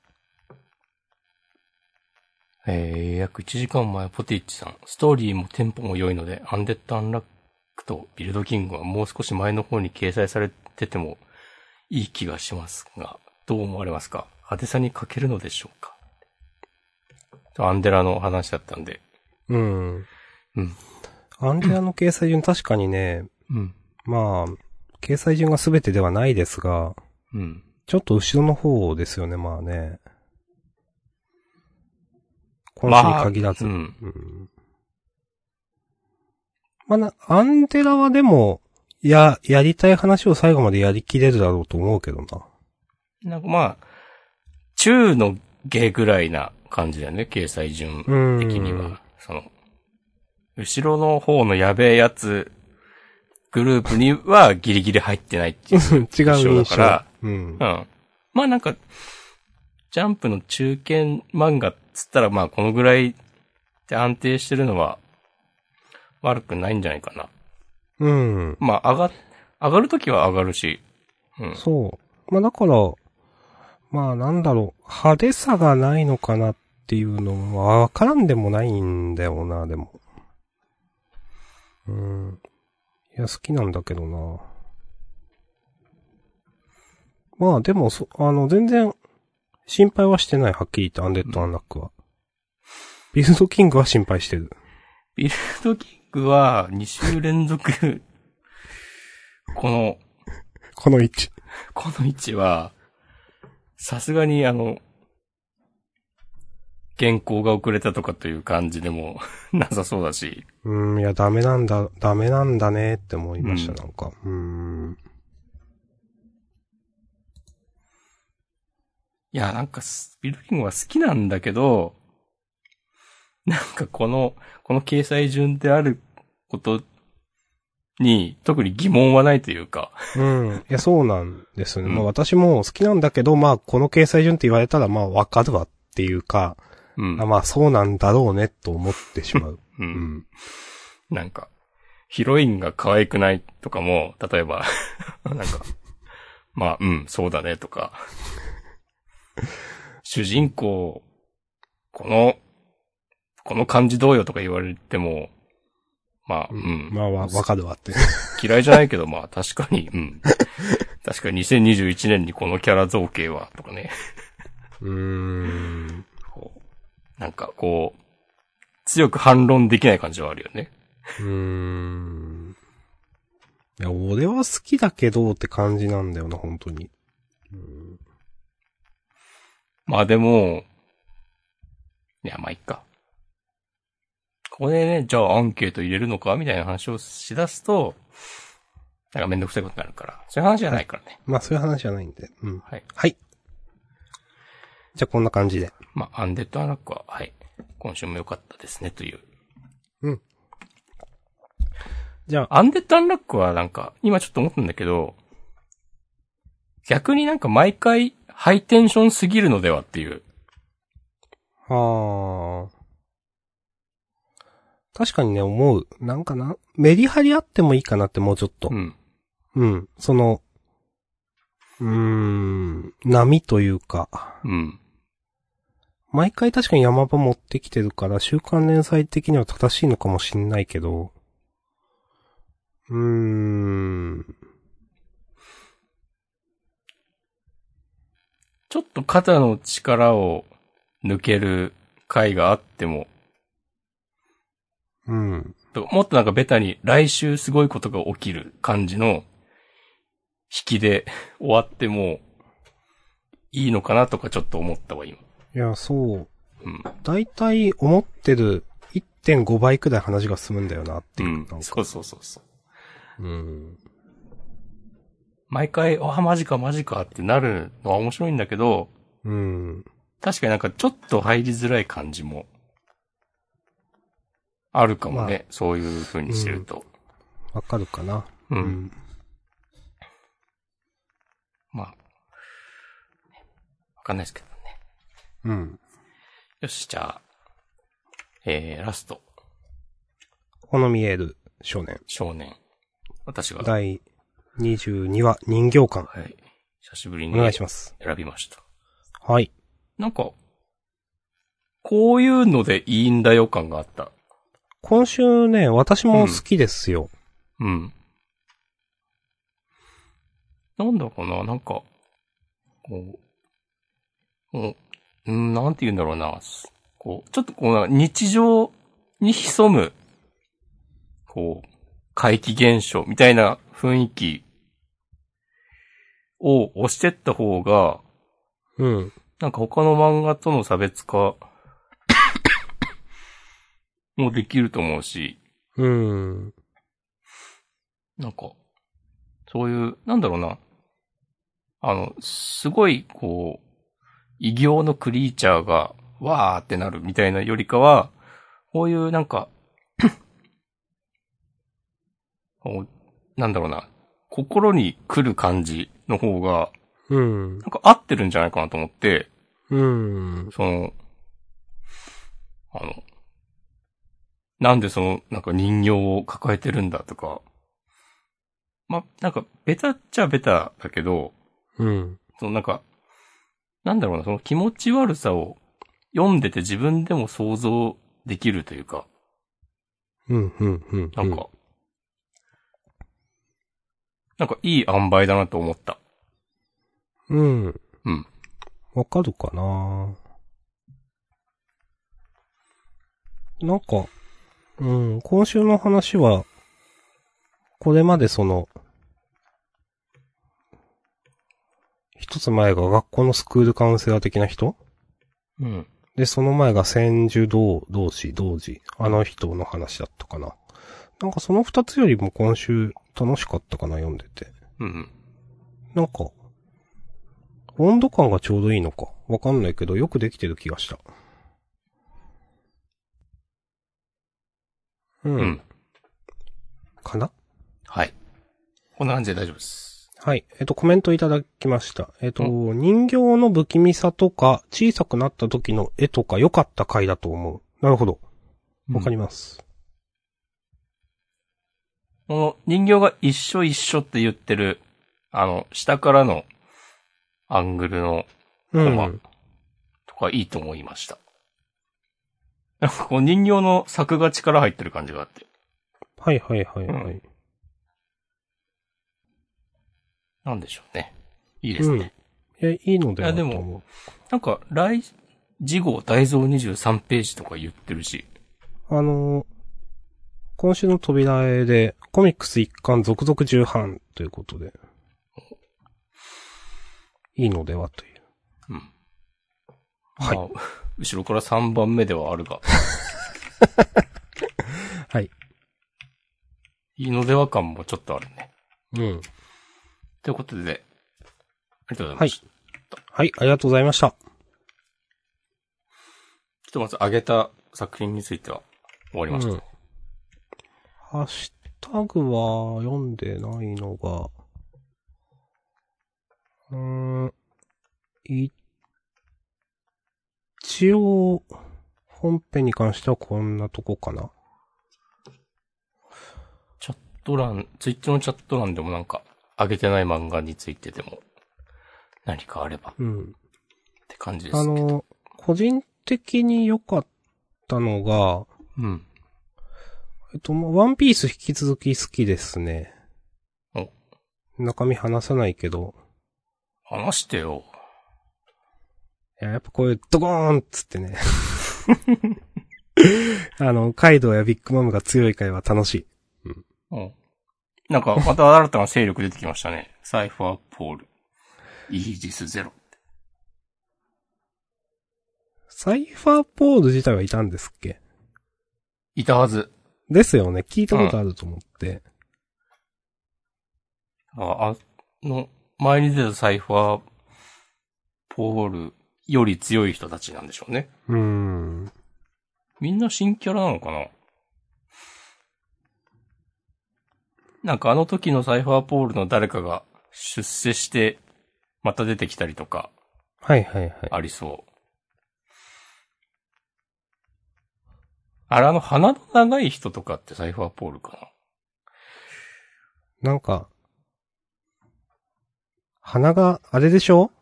S1: えー、約1時間前、ポティッチさん。ストーリーもテンポも良いので、アンデッド・アンラックとビルド・キングはもう少し前の方に掲載されててもいい気がしますが、どう思われますか派手さに欠けるのでしょうかアンデラの話だったんで。
S2: うん。
S1: うん。
S2: アンデアの掲載順確かにね、
S1: うん。
S2: まあ、掲載順が全てではないですが、
S1: うん。
S2: ちょっと後ろの方ですよね、まあね。今週に限らず。
S1: まあうん
S2: うんまあな、アンデラはでも、や、やりたい話を最後までやりきれるだろうと思うけどな。
S1: なんかまあ、中の下ぐらいな感じだよね、掲載順
S2: うん。
S1: 的には。。その、後ろの方のやべえやつ、グループにはギリギリ入ってないっていう。
S2: 違う印象
S1: だから。
S2: うん
S1: う。ん。まあなんか、ジャンプの中堅漫画っつったらまあこのぐらいで安定してるのは悪くないんじゃないかな。
S2: うん。
S1: まあ上が、上がるときは上がるし。うん。
S2: そう。まあだから、まあなんだろう、派手さがないのかなっていうのはわからんでもないんだよな、でも。うん。いいや、好きなんだけどな。まあ、でも、そ、あの、全然、心配はしてない、はっきり言って、アンデッド・アンラックは。ビルド・キングは心配してる。
S1: ビルドキングは2週連続、この、
S2: この位置。
S1: この位置は、さすがにあの、原稿が遅れたとかという感じでも なさそうだし、
S2: うーん、いや、ダメなんだ、ダメなんだねって思いました、
S1: うん
S2: なんか。うーん。
S1: いや、なんかす、ビルドキングは好きなんだけど、なんかこの、この掲載順であることに、特に疑問はないというか、
S2: うん。いや、そうなんですね。
S1: うん
S2: まあ、私も好きなんだけど、まあ、この掲載順って言われたら、まあ、わかるわっていうか、
S1: うん。
S2: あまあ、そうなんだろうね、と思ってしまう。
S1: う。
S2: うんん。
S1: なんか、ヒロインが可愛くないとかも、例えば、 なんか、まあ、うん、そうだねとか、主人公、この、この感じどうよとか言われても、まあ、うん。
S2: まあ、わ、わかるわって。
S1: 嫌いじゃないけど、まあ確かに、うん。確かに2021年にこのキャラ造形は、とかね。
S2: うーん。
S1: こうなんかこう、強く反論できない感じはあるよね。
S2: うーん。いや、俺は好きだけどって感じなんだよな、本当に。
S1: まあでも、いや、まあいっか。ここでね、じゃあアンケート入れるのかみたいな話をしだすと、なんかめんどくさいことになるから。そういう話じゃないからね。
S2: まあ、そういう話じゃないんで。うん。
S1: はい。
S2: はい。じゃあ、こんな感じで。
S1: まあ、アンデッドアナックは、はい。今週も良かったですね、という。
S2: じゃあ、
S1: アンデッドアンラックはなんか、今ちょっと思ったんだけど、逆になんか毎回ハイテンションすぎるのではっていう。
S2: はあ。確かにね、思う。なんかな、メリハリあってもいいかなって、もうちょっと
S1: う。ん。
S2: うん。その、うーん、波というか。
S1: うん。
S2: 毎回確かに山場持ってきてるから、週刊連載的には正しいのかもしんないけど、うーん、
S1: ちょっと肩の力を抜ける回があっても、
S2: うん。
S1: ともっとなんかベタに来週すごいことが起きる感じの引きで終わってもいいのかなとかちょっと思ったわ、今。
S2: いや、そう。
S1: うん。
S2: だいたい思ってる1.5倍くらい話が進むんだよなって
S1: う
S2: いう。
S1: ん
S2: な。ん
S1: そ
S2: か
S1: うそうそうそう。
S2: うん。
S1: 毎回、あ、マジかマジかってなるのは面白いんだけど、
S2: うん。
S1: 確かになんかちょっと入りづらい感じも、あるかもね、
S2: ま
S1: そういう風にしてると。
S2: わかるかな。
S1: うん。
S2: うん。
S1: まあ、ねわかんないですけどね。
S2: うん。
S1: よし、じゃあ、えー、ラスト、
S2: この見える少年。
S1: 少年。私が、は
S2: 第22話人形館。
S1: い、久しぶり
S2: お
S1: に
S2: 願いし
S1: 選
S2: ます。
S1: びました。
S2: はい。
S1: なんか、こういうのでいいんだよ感があった。
S2: 今週ね、私も好きですよ。
S1: うん。なんだかななんか、こう、もう、うん、なんて言うんだろうな。すこう、ちょっとこうな、日常に潜む、こう、怪奇現象みたいな雰囲気を押してった方が、
S2: うん。
S1: なんか他の漫画との差別化 もできると思うし、
S2: うん。
S1: なんか、そういう、なんだろうな。あの、すごい、こう、異形のクリーチャーが、わーってなるみたいなよりかは、こういうなんか、 こうなんだろうな。心に来る感じの方が、
S2: うん。
S1: なんか合ってるんじゃないかなと思って、
S2: うん。
S1: その、あの、なんでその、なんか人形を抱えてるんだとか、ま、なんか、ベタっちゃベタだけど、
S2: うん。
S1: そのなんか、なんだろうな、その気持ち悪さを読んでて自分でも想像できるというか、
S2: うん。うん。うん。
S1: なんか、なんかいい塩梅だなと思った。
S2: うん。
S1: うん。
S2: わかるかななんか、うん、今週の話は、これまでその、一つ前が学校のスクールカウンセラー的な人
S1: うん。
S2: で、その前が千住同、同士、同時、あの人の話だったかな。なんかその二つよりも今週楽しかったかな、読んでて。
S1: うん。
S2: なんか、温度感がちょうどいいのか。わかんないけど、よくできてる気がした。うん。
S1: うん。
S2: かな
S1: はい。こんな感じで大丈夫です。
S2: はい。えっと、コメントいただきました。えっと、
S1: う
S2: 人形の不気味さとか、小さくなった時の絵とか良かった回だと思う。なるほど。わかり
S1: ま
S2: ます。
S1: す。この人形が一緒一緒って言ってる、あの、下からのアングルの
S2: うん。
S1: まあとかいいと思いました。なんかこう人形の作が力入ってる感じがあって。
S2: はいはいはいはい。
S1: うんなんでしょうね。いいですね。
S2: うん。いや、いいのではと
S1: いやでも
S2: 思
S1: なんか、来、次号大蔵23ページとか言ってるし。
S2: う。あのー今週の扉絵で、コミックス一巻続々重版ということで、いいのではという。
S1: うん。
S2: はい
S1: まあ。 後ろから3番目ではあるが、
S2: はい。
S1: いいのでは感もちょっとあるね。
S2: うん。
S1: ということで、ありがとうございました。
S2: はい、ありがとうございました。
S1: ひとまず上げた作品については終わりましたね。
S2: ハッシュタグは読んでないのが、うーん、一応、本編に関してはこんなとこかな。
S1: チャット欄、ツイッチのチャット欄でもなんか、上げてない漫画についてでも、何かあればっ
S2: うん。
S1: て感じです
S2: あ
S1: けど。
S2: の、個人的に良かったのが、
S1: うん。
S2: えっと、まあワンピース引き続き好きですね
S1: お。
S2: 中身話さないけど、
S1: 話してよ。
S2: いや、やっぱこういうドコーンっつって ね。あの、カイドウやビッグマムが強い回は楽しい。
S1: うん。なんか、また新たな勢力出てきましたね。サイファーポール。イージスゼロ。
S2: サイファーポール自体はいたんですっけ
S1: いたはず。
S2: ですよね。聞いたことあると思って。
S1: ああの、前に出たサイファーポールより強い人たちなんでしょうね。
S2: うーん。
S1: みんな新キャラなのかななんかあの時のサイファーポールの誰かが出世して、また出てきたりとか、
S2: はいはいはい。
S1: ありそう。あれ、あの、鼻の長い人とかってサイファーポールか
S2: なんか、鼻が、あれでしょ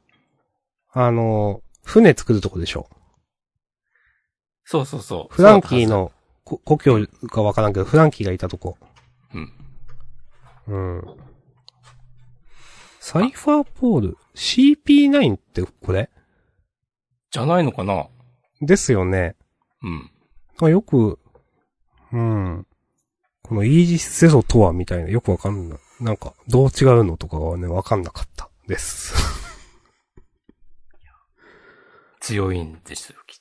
S2: あの、船作るとこでしょ
S1: なそうそうそう。
S2: フランキーの、こ故郷かわからんけど、フランキーがいたとこ。
S1: うん。
S2: うん。サイファーポール、CP9 ってこれ
S1: じゃないのかな
S2: ですよね。
S1: うん。
S2: まあよく、うん。このイージスゼロとはみたいな、よくわかんない。なんか、どう違うのとかはね、わかんなかったです。
S1: 強いんですよ、きっ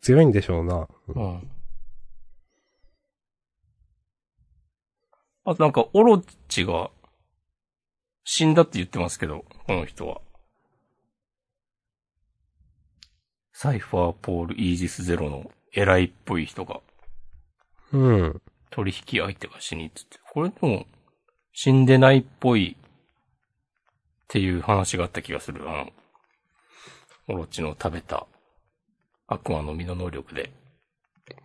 S2: 強いんでしょうな。
S1: と。うん。あとなんか、オロチが、死んだって言ってますけど、この人は。サイファーポール、イージスゼロの偉いっぽい人が
S2: うん。
S1: 取引相手が死にっつって。これでも、死んでないっぽい、っていう話があった気がする。あの、オロチの食べた悪魔の実の能力で、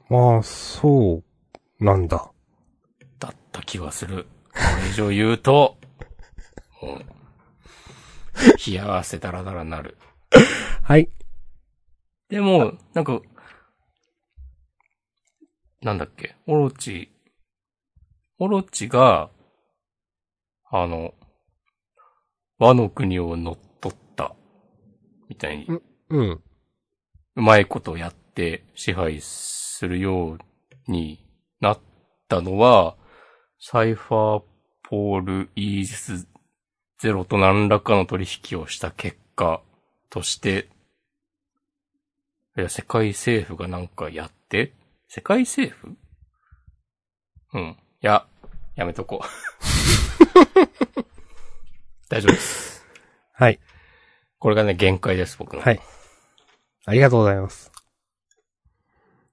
S2: まあ、そう、なんだ。
S1: だった気がする。これ以上言うと、もう、冷や汗だらだらなる。
S2: はい。
S1: でも、なんか、なんだっけ、オロチ、オロチが、あの、和の国を乗っ取った、みたいに、
S2: うん。
S1: うまいことやって支配するようになったのは、サイファーポールイージスゼロと何らかの取引をした結果として、いや、世界政府がなんかやって、世界政府うん。いや、やめとこう。 大丈夫です。
S2: はい。
S1: これがね、限界です、僕の。
S2: はい。ありがとうございます。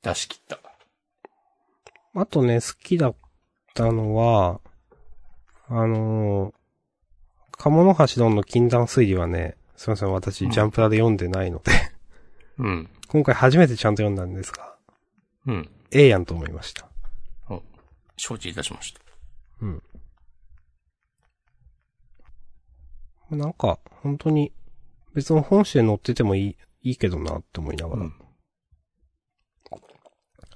S1: 出し切った。
S2: あとね、好きだったのは、あのー、鴨の橋ドンの禁断推理はね、すいません、私、
S1: うん
S2: ジャンプラで読んでないので、
S1: うん。
S2: 今回初めてちゃんと読んだんですが、
S1: うん。
S2: ええやんと思いました。
S1: 承知いたしました。
S2: なんか、本当に、別の本誌で載っててもいい、いいけどなって思いながら。
S1: うん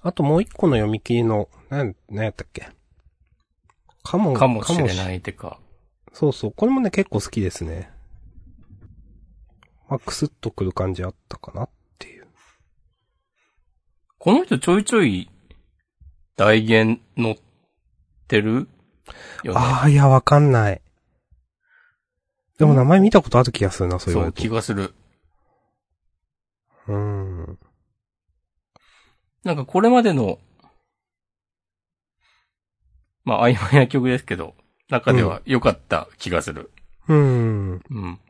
S2: あともう一個の読み切りの、なん、なんやったっけかも、
S1: かもしれ
S2: い。
S1: ないてか。
S2: そうそう。これもね、結構好きですね。まあ、くすっとくる感じあったかなっていう。
S1: この人ちょいちょい、代言乗ってるよね。
S2: ああ、いや、わかんない。でも名前見たことある気がするな、そうい
S1: そうう、気がする。
S2: ううん。
S1: なんかこれまでの、まあ曖昧な曲ですけど、中では良かった気がする。
S2: うん。
S1: うん。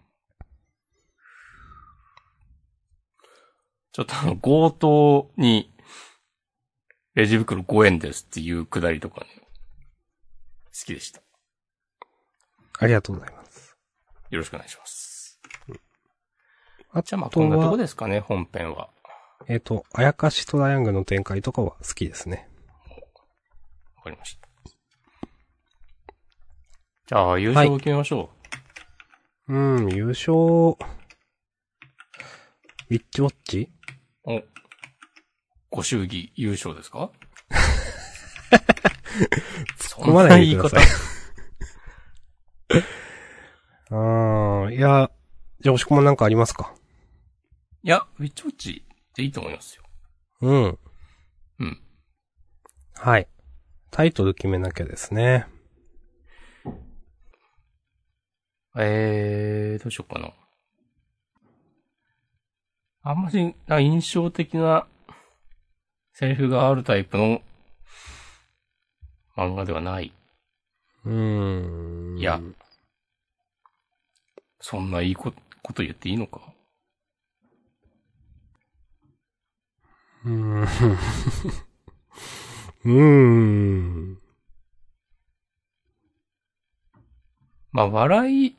S1: ちょっとあの、強盗に、レジ袋5円ですっていうくだりとかね、好きでした。
S2: ありがとうございます。
S1: よろしくお願いします。
S2: あ
S1: じゃあまあ
S2: と
S1: こんなとこ
S2: は、
S1: ですかね、本編は。
S2: えっ、と、あやかしトライアングルの展開とかは好きですね。
S1: わかりました。じゃあ、優勝を決めましょ
S2: うん、優勝、ウィッチウォッチ
S1: う。お。ご祝儀優勝です かそ
S2: 込ま
S1: ん
S2: な
S1: ない言
S2: で
S1: い
S2: くだ
S1: 方
S2: さい。うーん、いや、じゃあ、押し込まなんかありますか
S1: いや、ウィッチウォッチでいいと思いますよ。
S2: うん。
S1: うん。
S2: はい。タイトル決めなきゃですね。
S1: えー、どうしようかな。あんまり、な印象的なセリフがあるタイプの漫画ではない。
S2: うーん。
S1: いや。そんないいここと言っていいのか
S2: うーん。うーん。
S1: まあ、笑い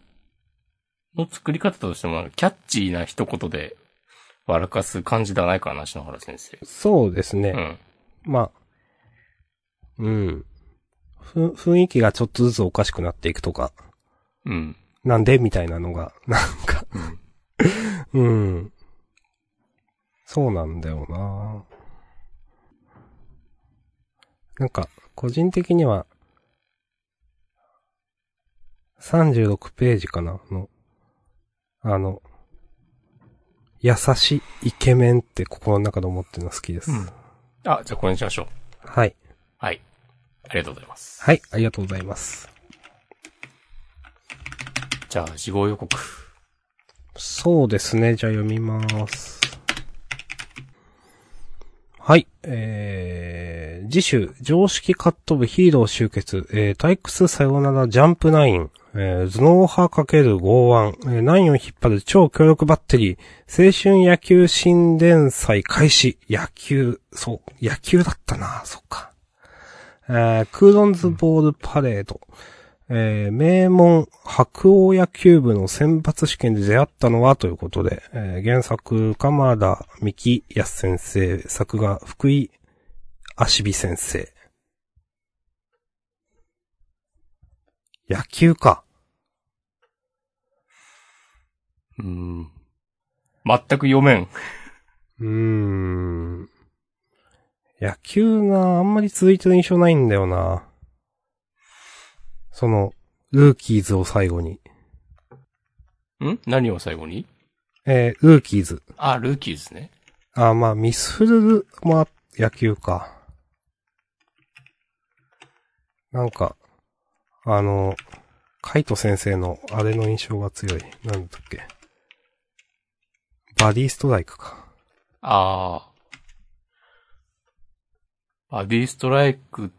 S1: の作り方としても、キャッチーな一言で笑かす感じではないかな、篠原先生。
S2: そうですね。
S1: うん。
S2: まあ、うん。ふ、雰囲気がちょっとずつおかしくなっていくとか、
S1: うん。
S2: なんでみたいなのが、 なんか、うん。そうなんだよななんか、個人的には、36ページかなの、あの、優しいイケメンって心の中で思ってるの好きです。
S1: うんあ、じゃあこれにしましょう。
S2: はい。
S1: はい。ありがとうございます。
S2: はい、ありがとうございます。
S1: じゃあ、事後予告。
S2: そうですね。じゃあ読みます。はい。えー、次週、常識カット部ヒーロー集結、えー、退屈さよならジャンプナイン、えー、頭脳派×剛腕、えー、ナインを引っ張る超強力バッテリー、青春野球新連載開始、野球、そう、野球だったな、そっか。えー、クーロンズボールパレード、えー名門白鴎野球部の選抜試験で出会ったのはということで、えー原作、鎌田幹康先生、作画、福井足美先生。野球か。
S1: うーん。全く読めん。
S2: うーん。野球な、あんまり続いてる印象ないんだよな。その、ルーキーズを最後に。
S1: ん何を最後に
S2: えー、ルーキーズ。
S1: あ、ルーキーですね。
S2: あー、まあ、ミスフルもあ野球か。なんか、あの、カイト先生のあれの印象が強い。なんだっけ。バディストライクか。
S1: ああ。バディストライク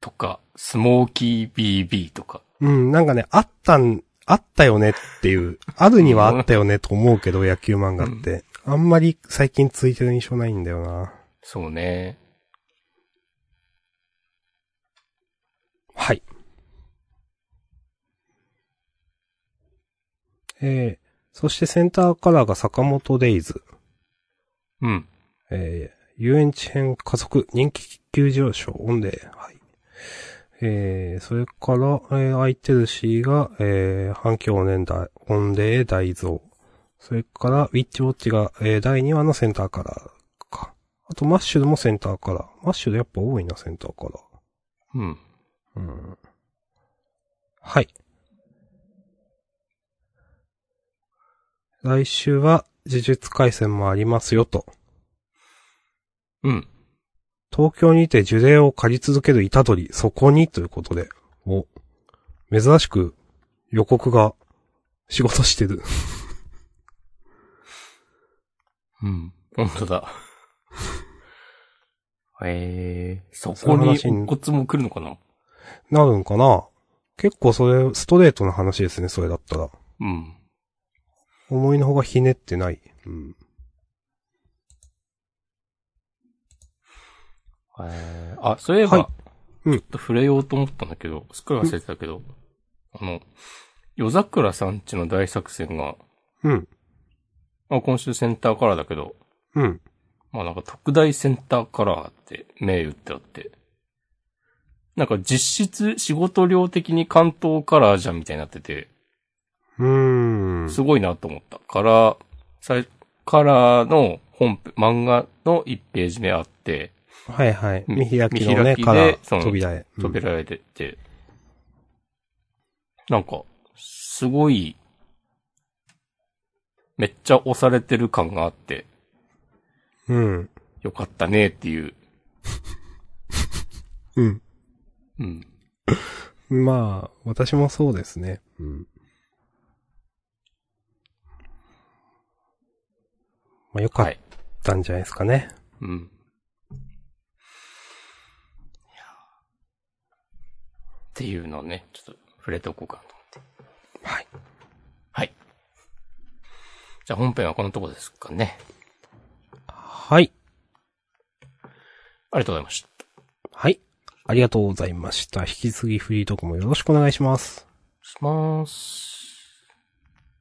S1: とか、スモーキー BB とか。
S2: うん、なんかね、あったん、あったよねっていう、あるにはあったよねと思うけど、野球漫画って。あんまり最近ついてる印象ないんだよな。
S1: そうね。
S2: はい。えー、そしてセンターカラーが坂本デイズ。
S1: うん。
S2: えー、遊園地編家族人気急上昇オンデー。はい。えー、それから、えー、空いてる C が、えー、反響年代、オンデー大増。それから、ウィッチウォッチが、えー、第2話のセンターカラーか。あと、マッシュルもセンターカラー。マッシュルやっぱ多いな、センターカラー。
S1: うん。
S2: うんはい。来週は呪術回戦もありますよと。
S1: うん。
S2: 東京にて樹齢を借り続ける虎取、そこにということで。お、珍しく予告が仕事してる。
S1: うん。本当だ。ええそこに、こっちも来るのかな
S2: なるんかな結構それ、ストレートな話ですね、それだったら。
S1: うん。
S2: 思いのほかひねってない。うん。
S1: えーあ、そういえば、
S2: はいうん
S1: ちょっと触れようと思ったんだけど、すっかり忘れてたけど、あの、夜桜さんちの大作戦が、
S2: うん。
S1: まあ、今週センターカラーだけど、
S2: うん。
S1: まあなんか特大センターカラーって銘打ってあって、なんか実質仕事量的に関東カラーじゃんみたいになってて、
S2: うーん。
S1: すごいなと思った。カラー、さいカラーの本編、漫画の1ページ目あって、
S2: はいはい。見開き
S1: 見開
S2: のね、
S1: きで
S2: から
S1: その
S2: 扉へ。うん
S1: 扉へ出て、なんか、すごい、めっちゃ押されてる感があって、
S2: うん。
S1: よかったねっていう。
S2: うん。
S1: うん。
S2: まあ、私もそうですね。うん。まあ、よか
S1: は
S2: っ
S1: い。
S2: たんじゃないですかね。
S1: うん。っていうのをね、ちょっと触れておこうかなと思って。
S2: はい。
S1: はい。じゃあ本編はこのとこですかね。
S2: はい。
S1: ありがとうございました。
S2: はい。ありがとうございました。引き継ぎフリートークもよろしくお願いします。
S1: します。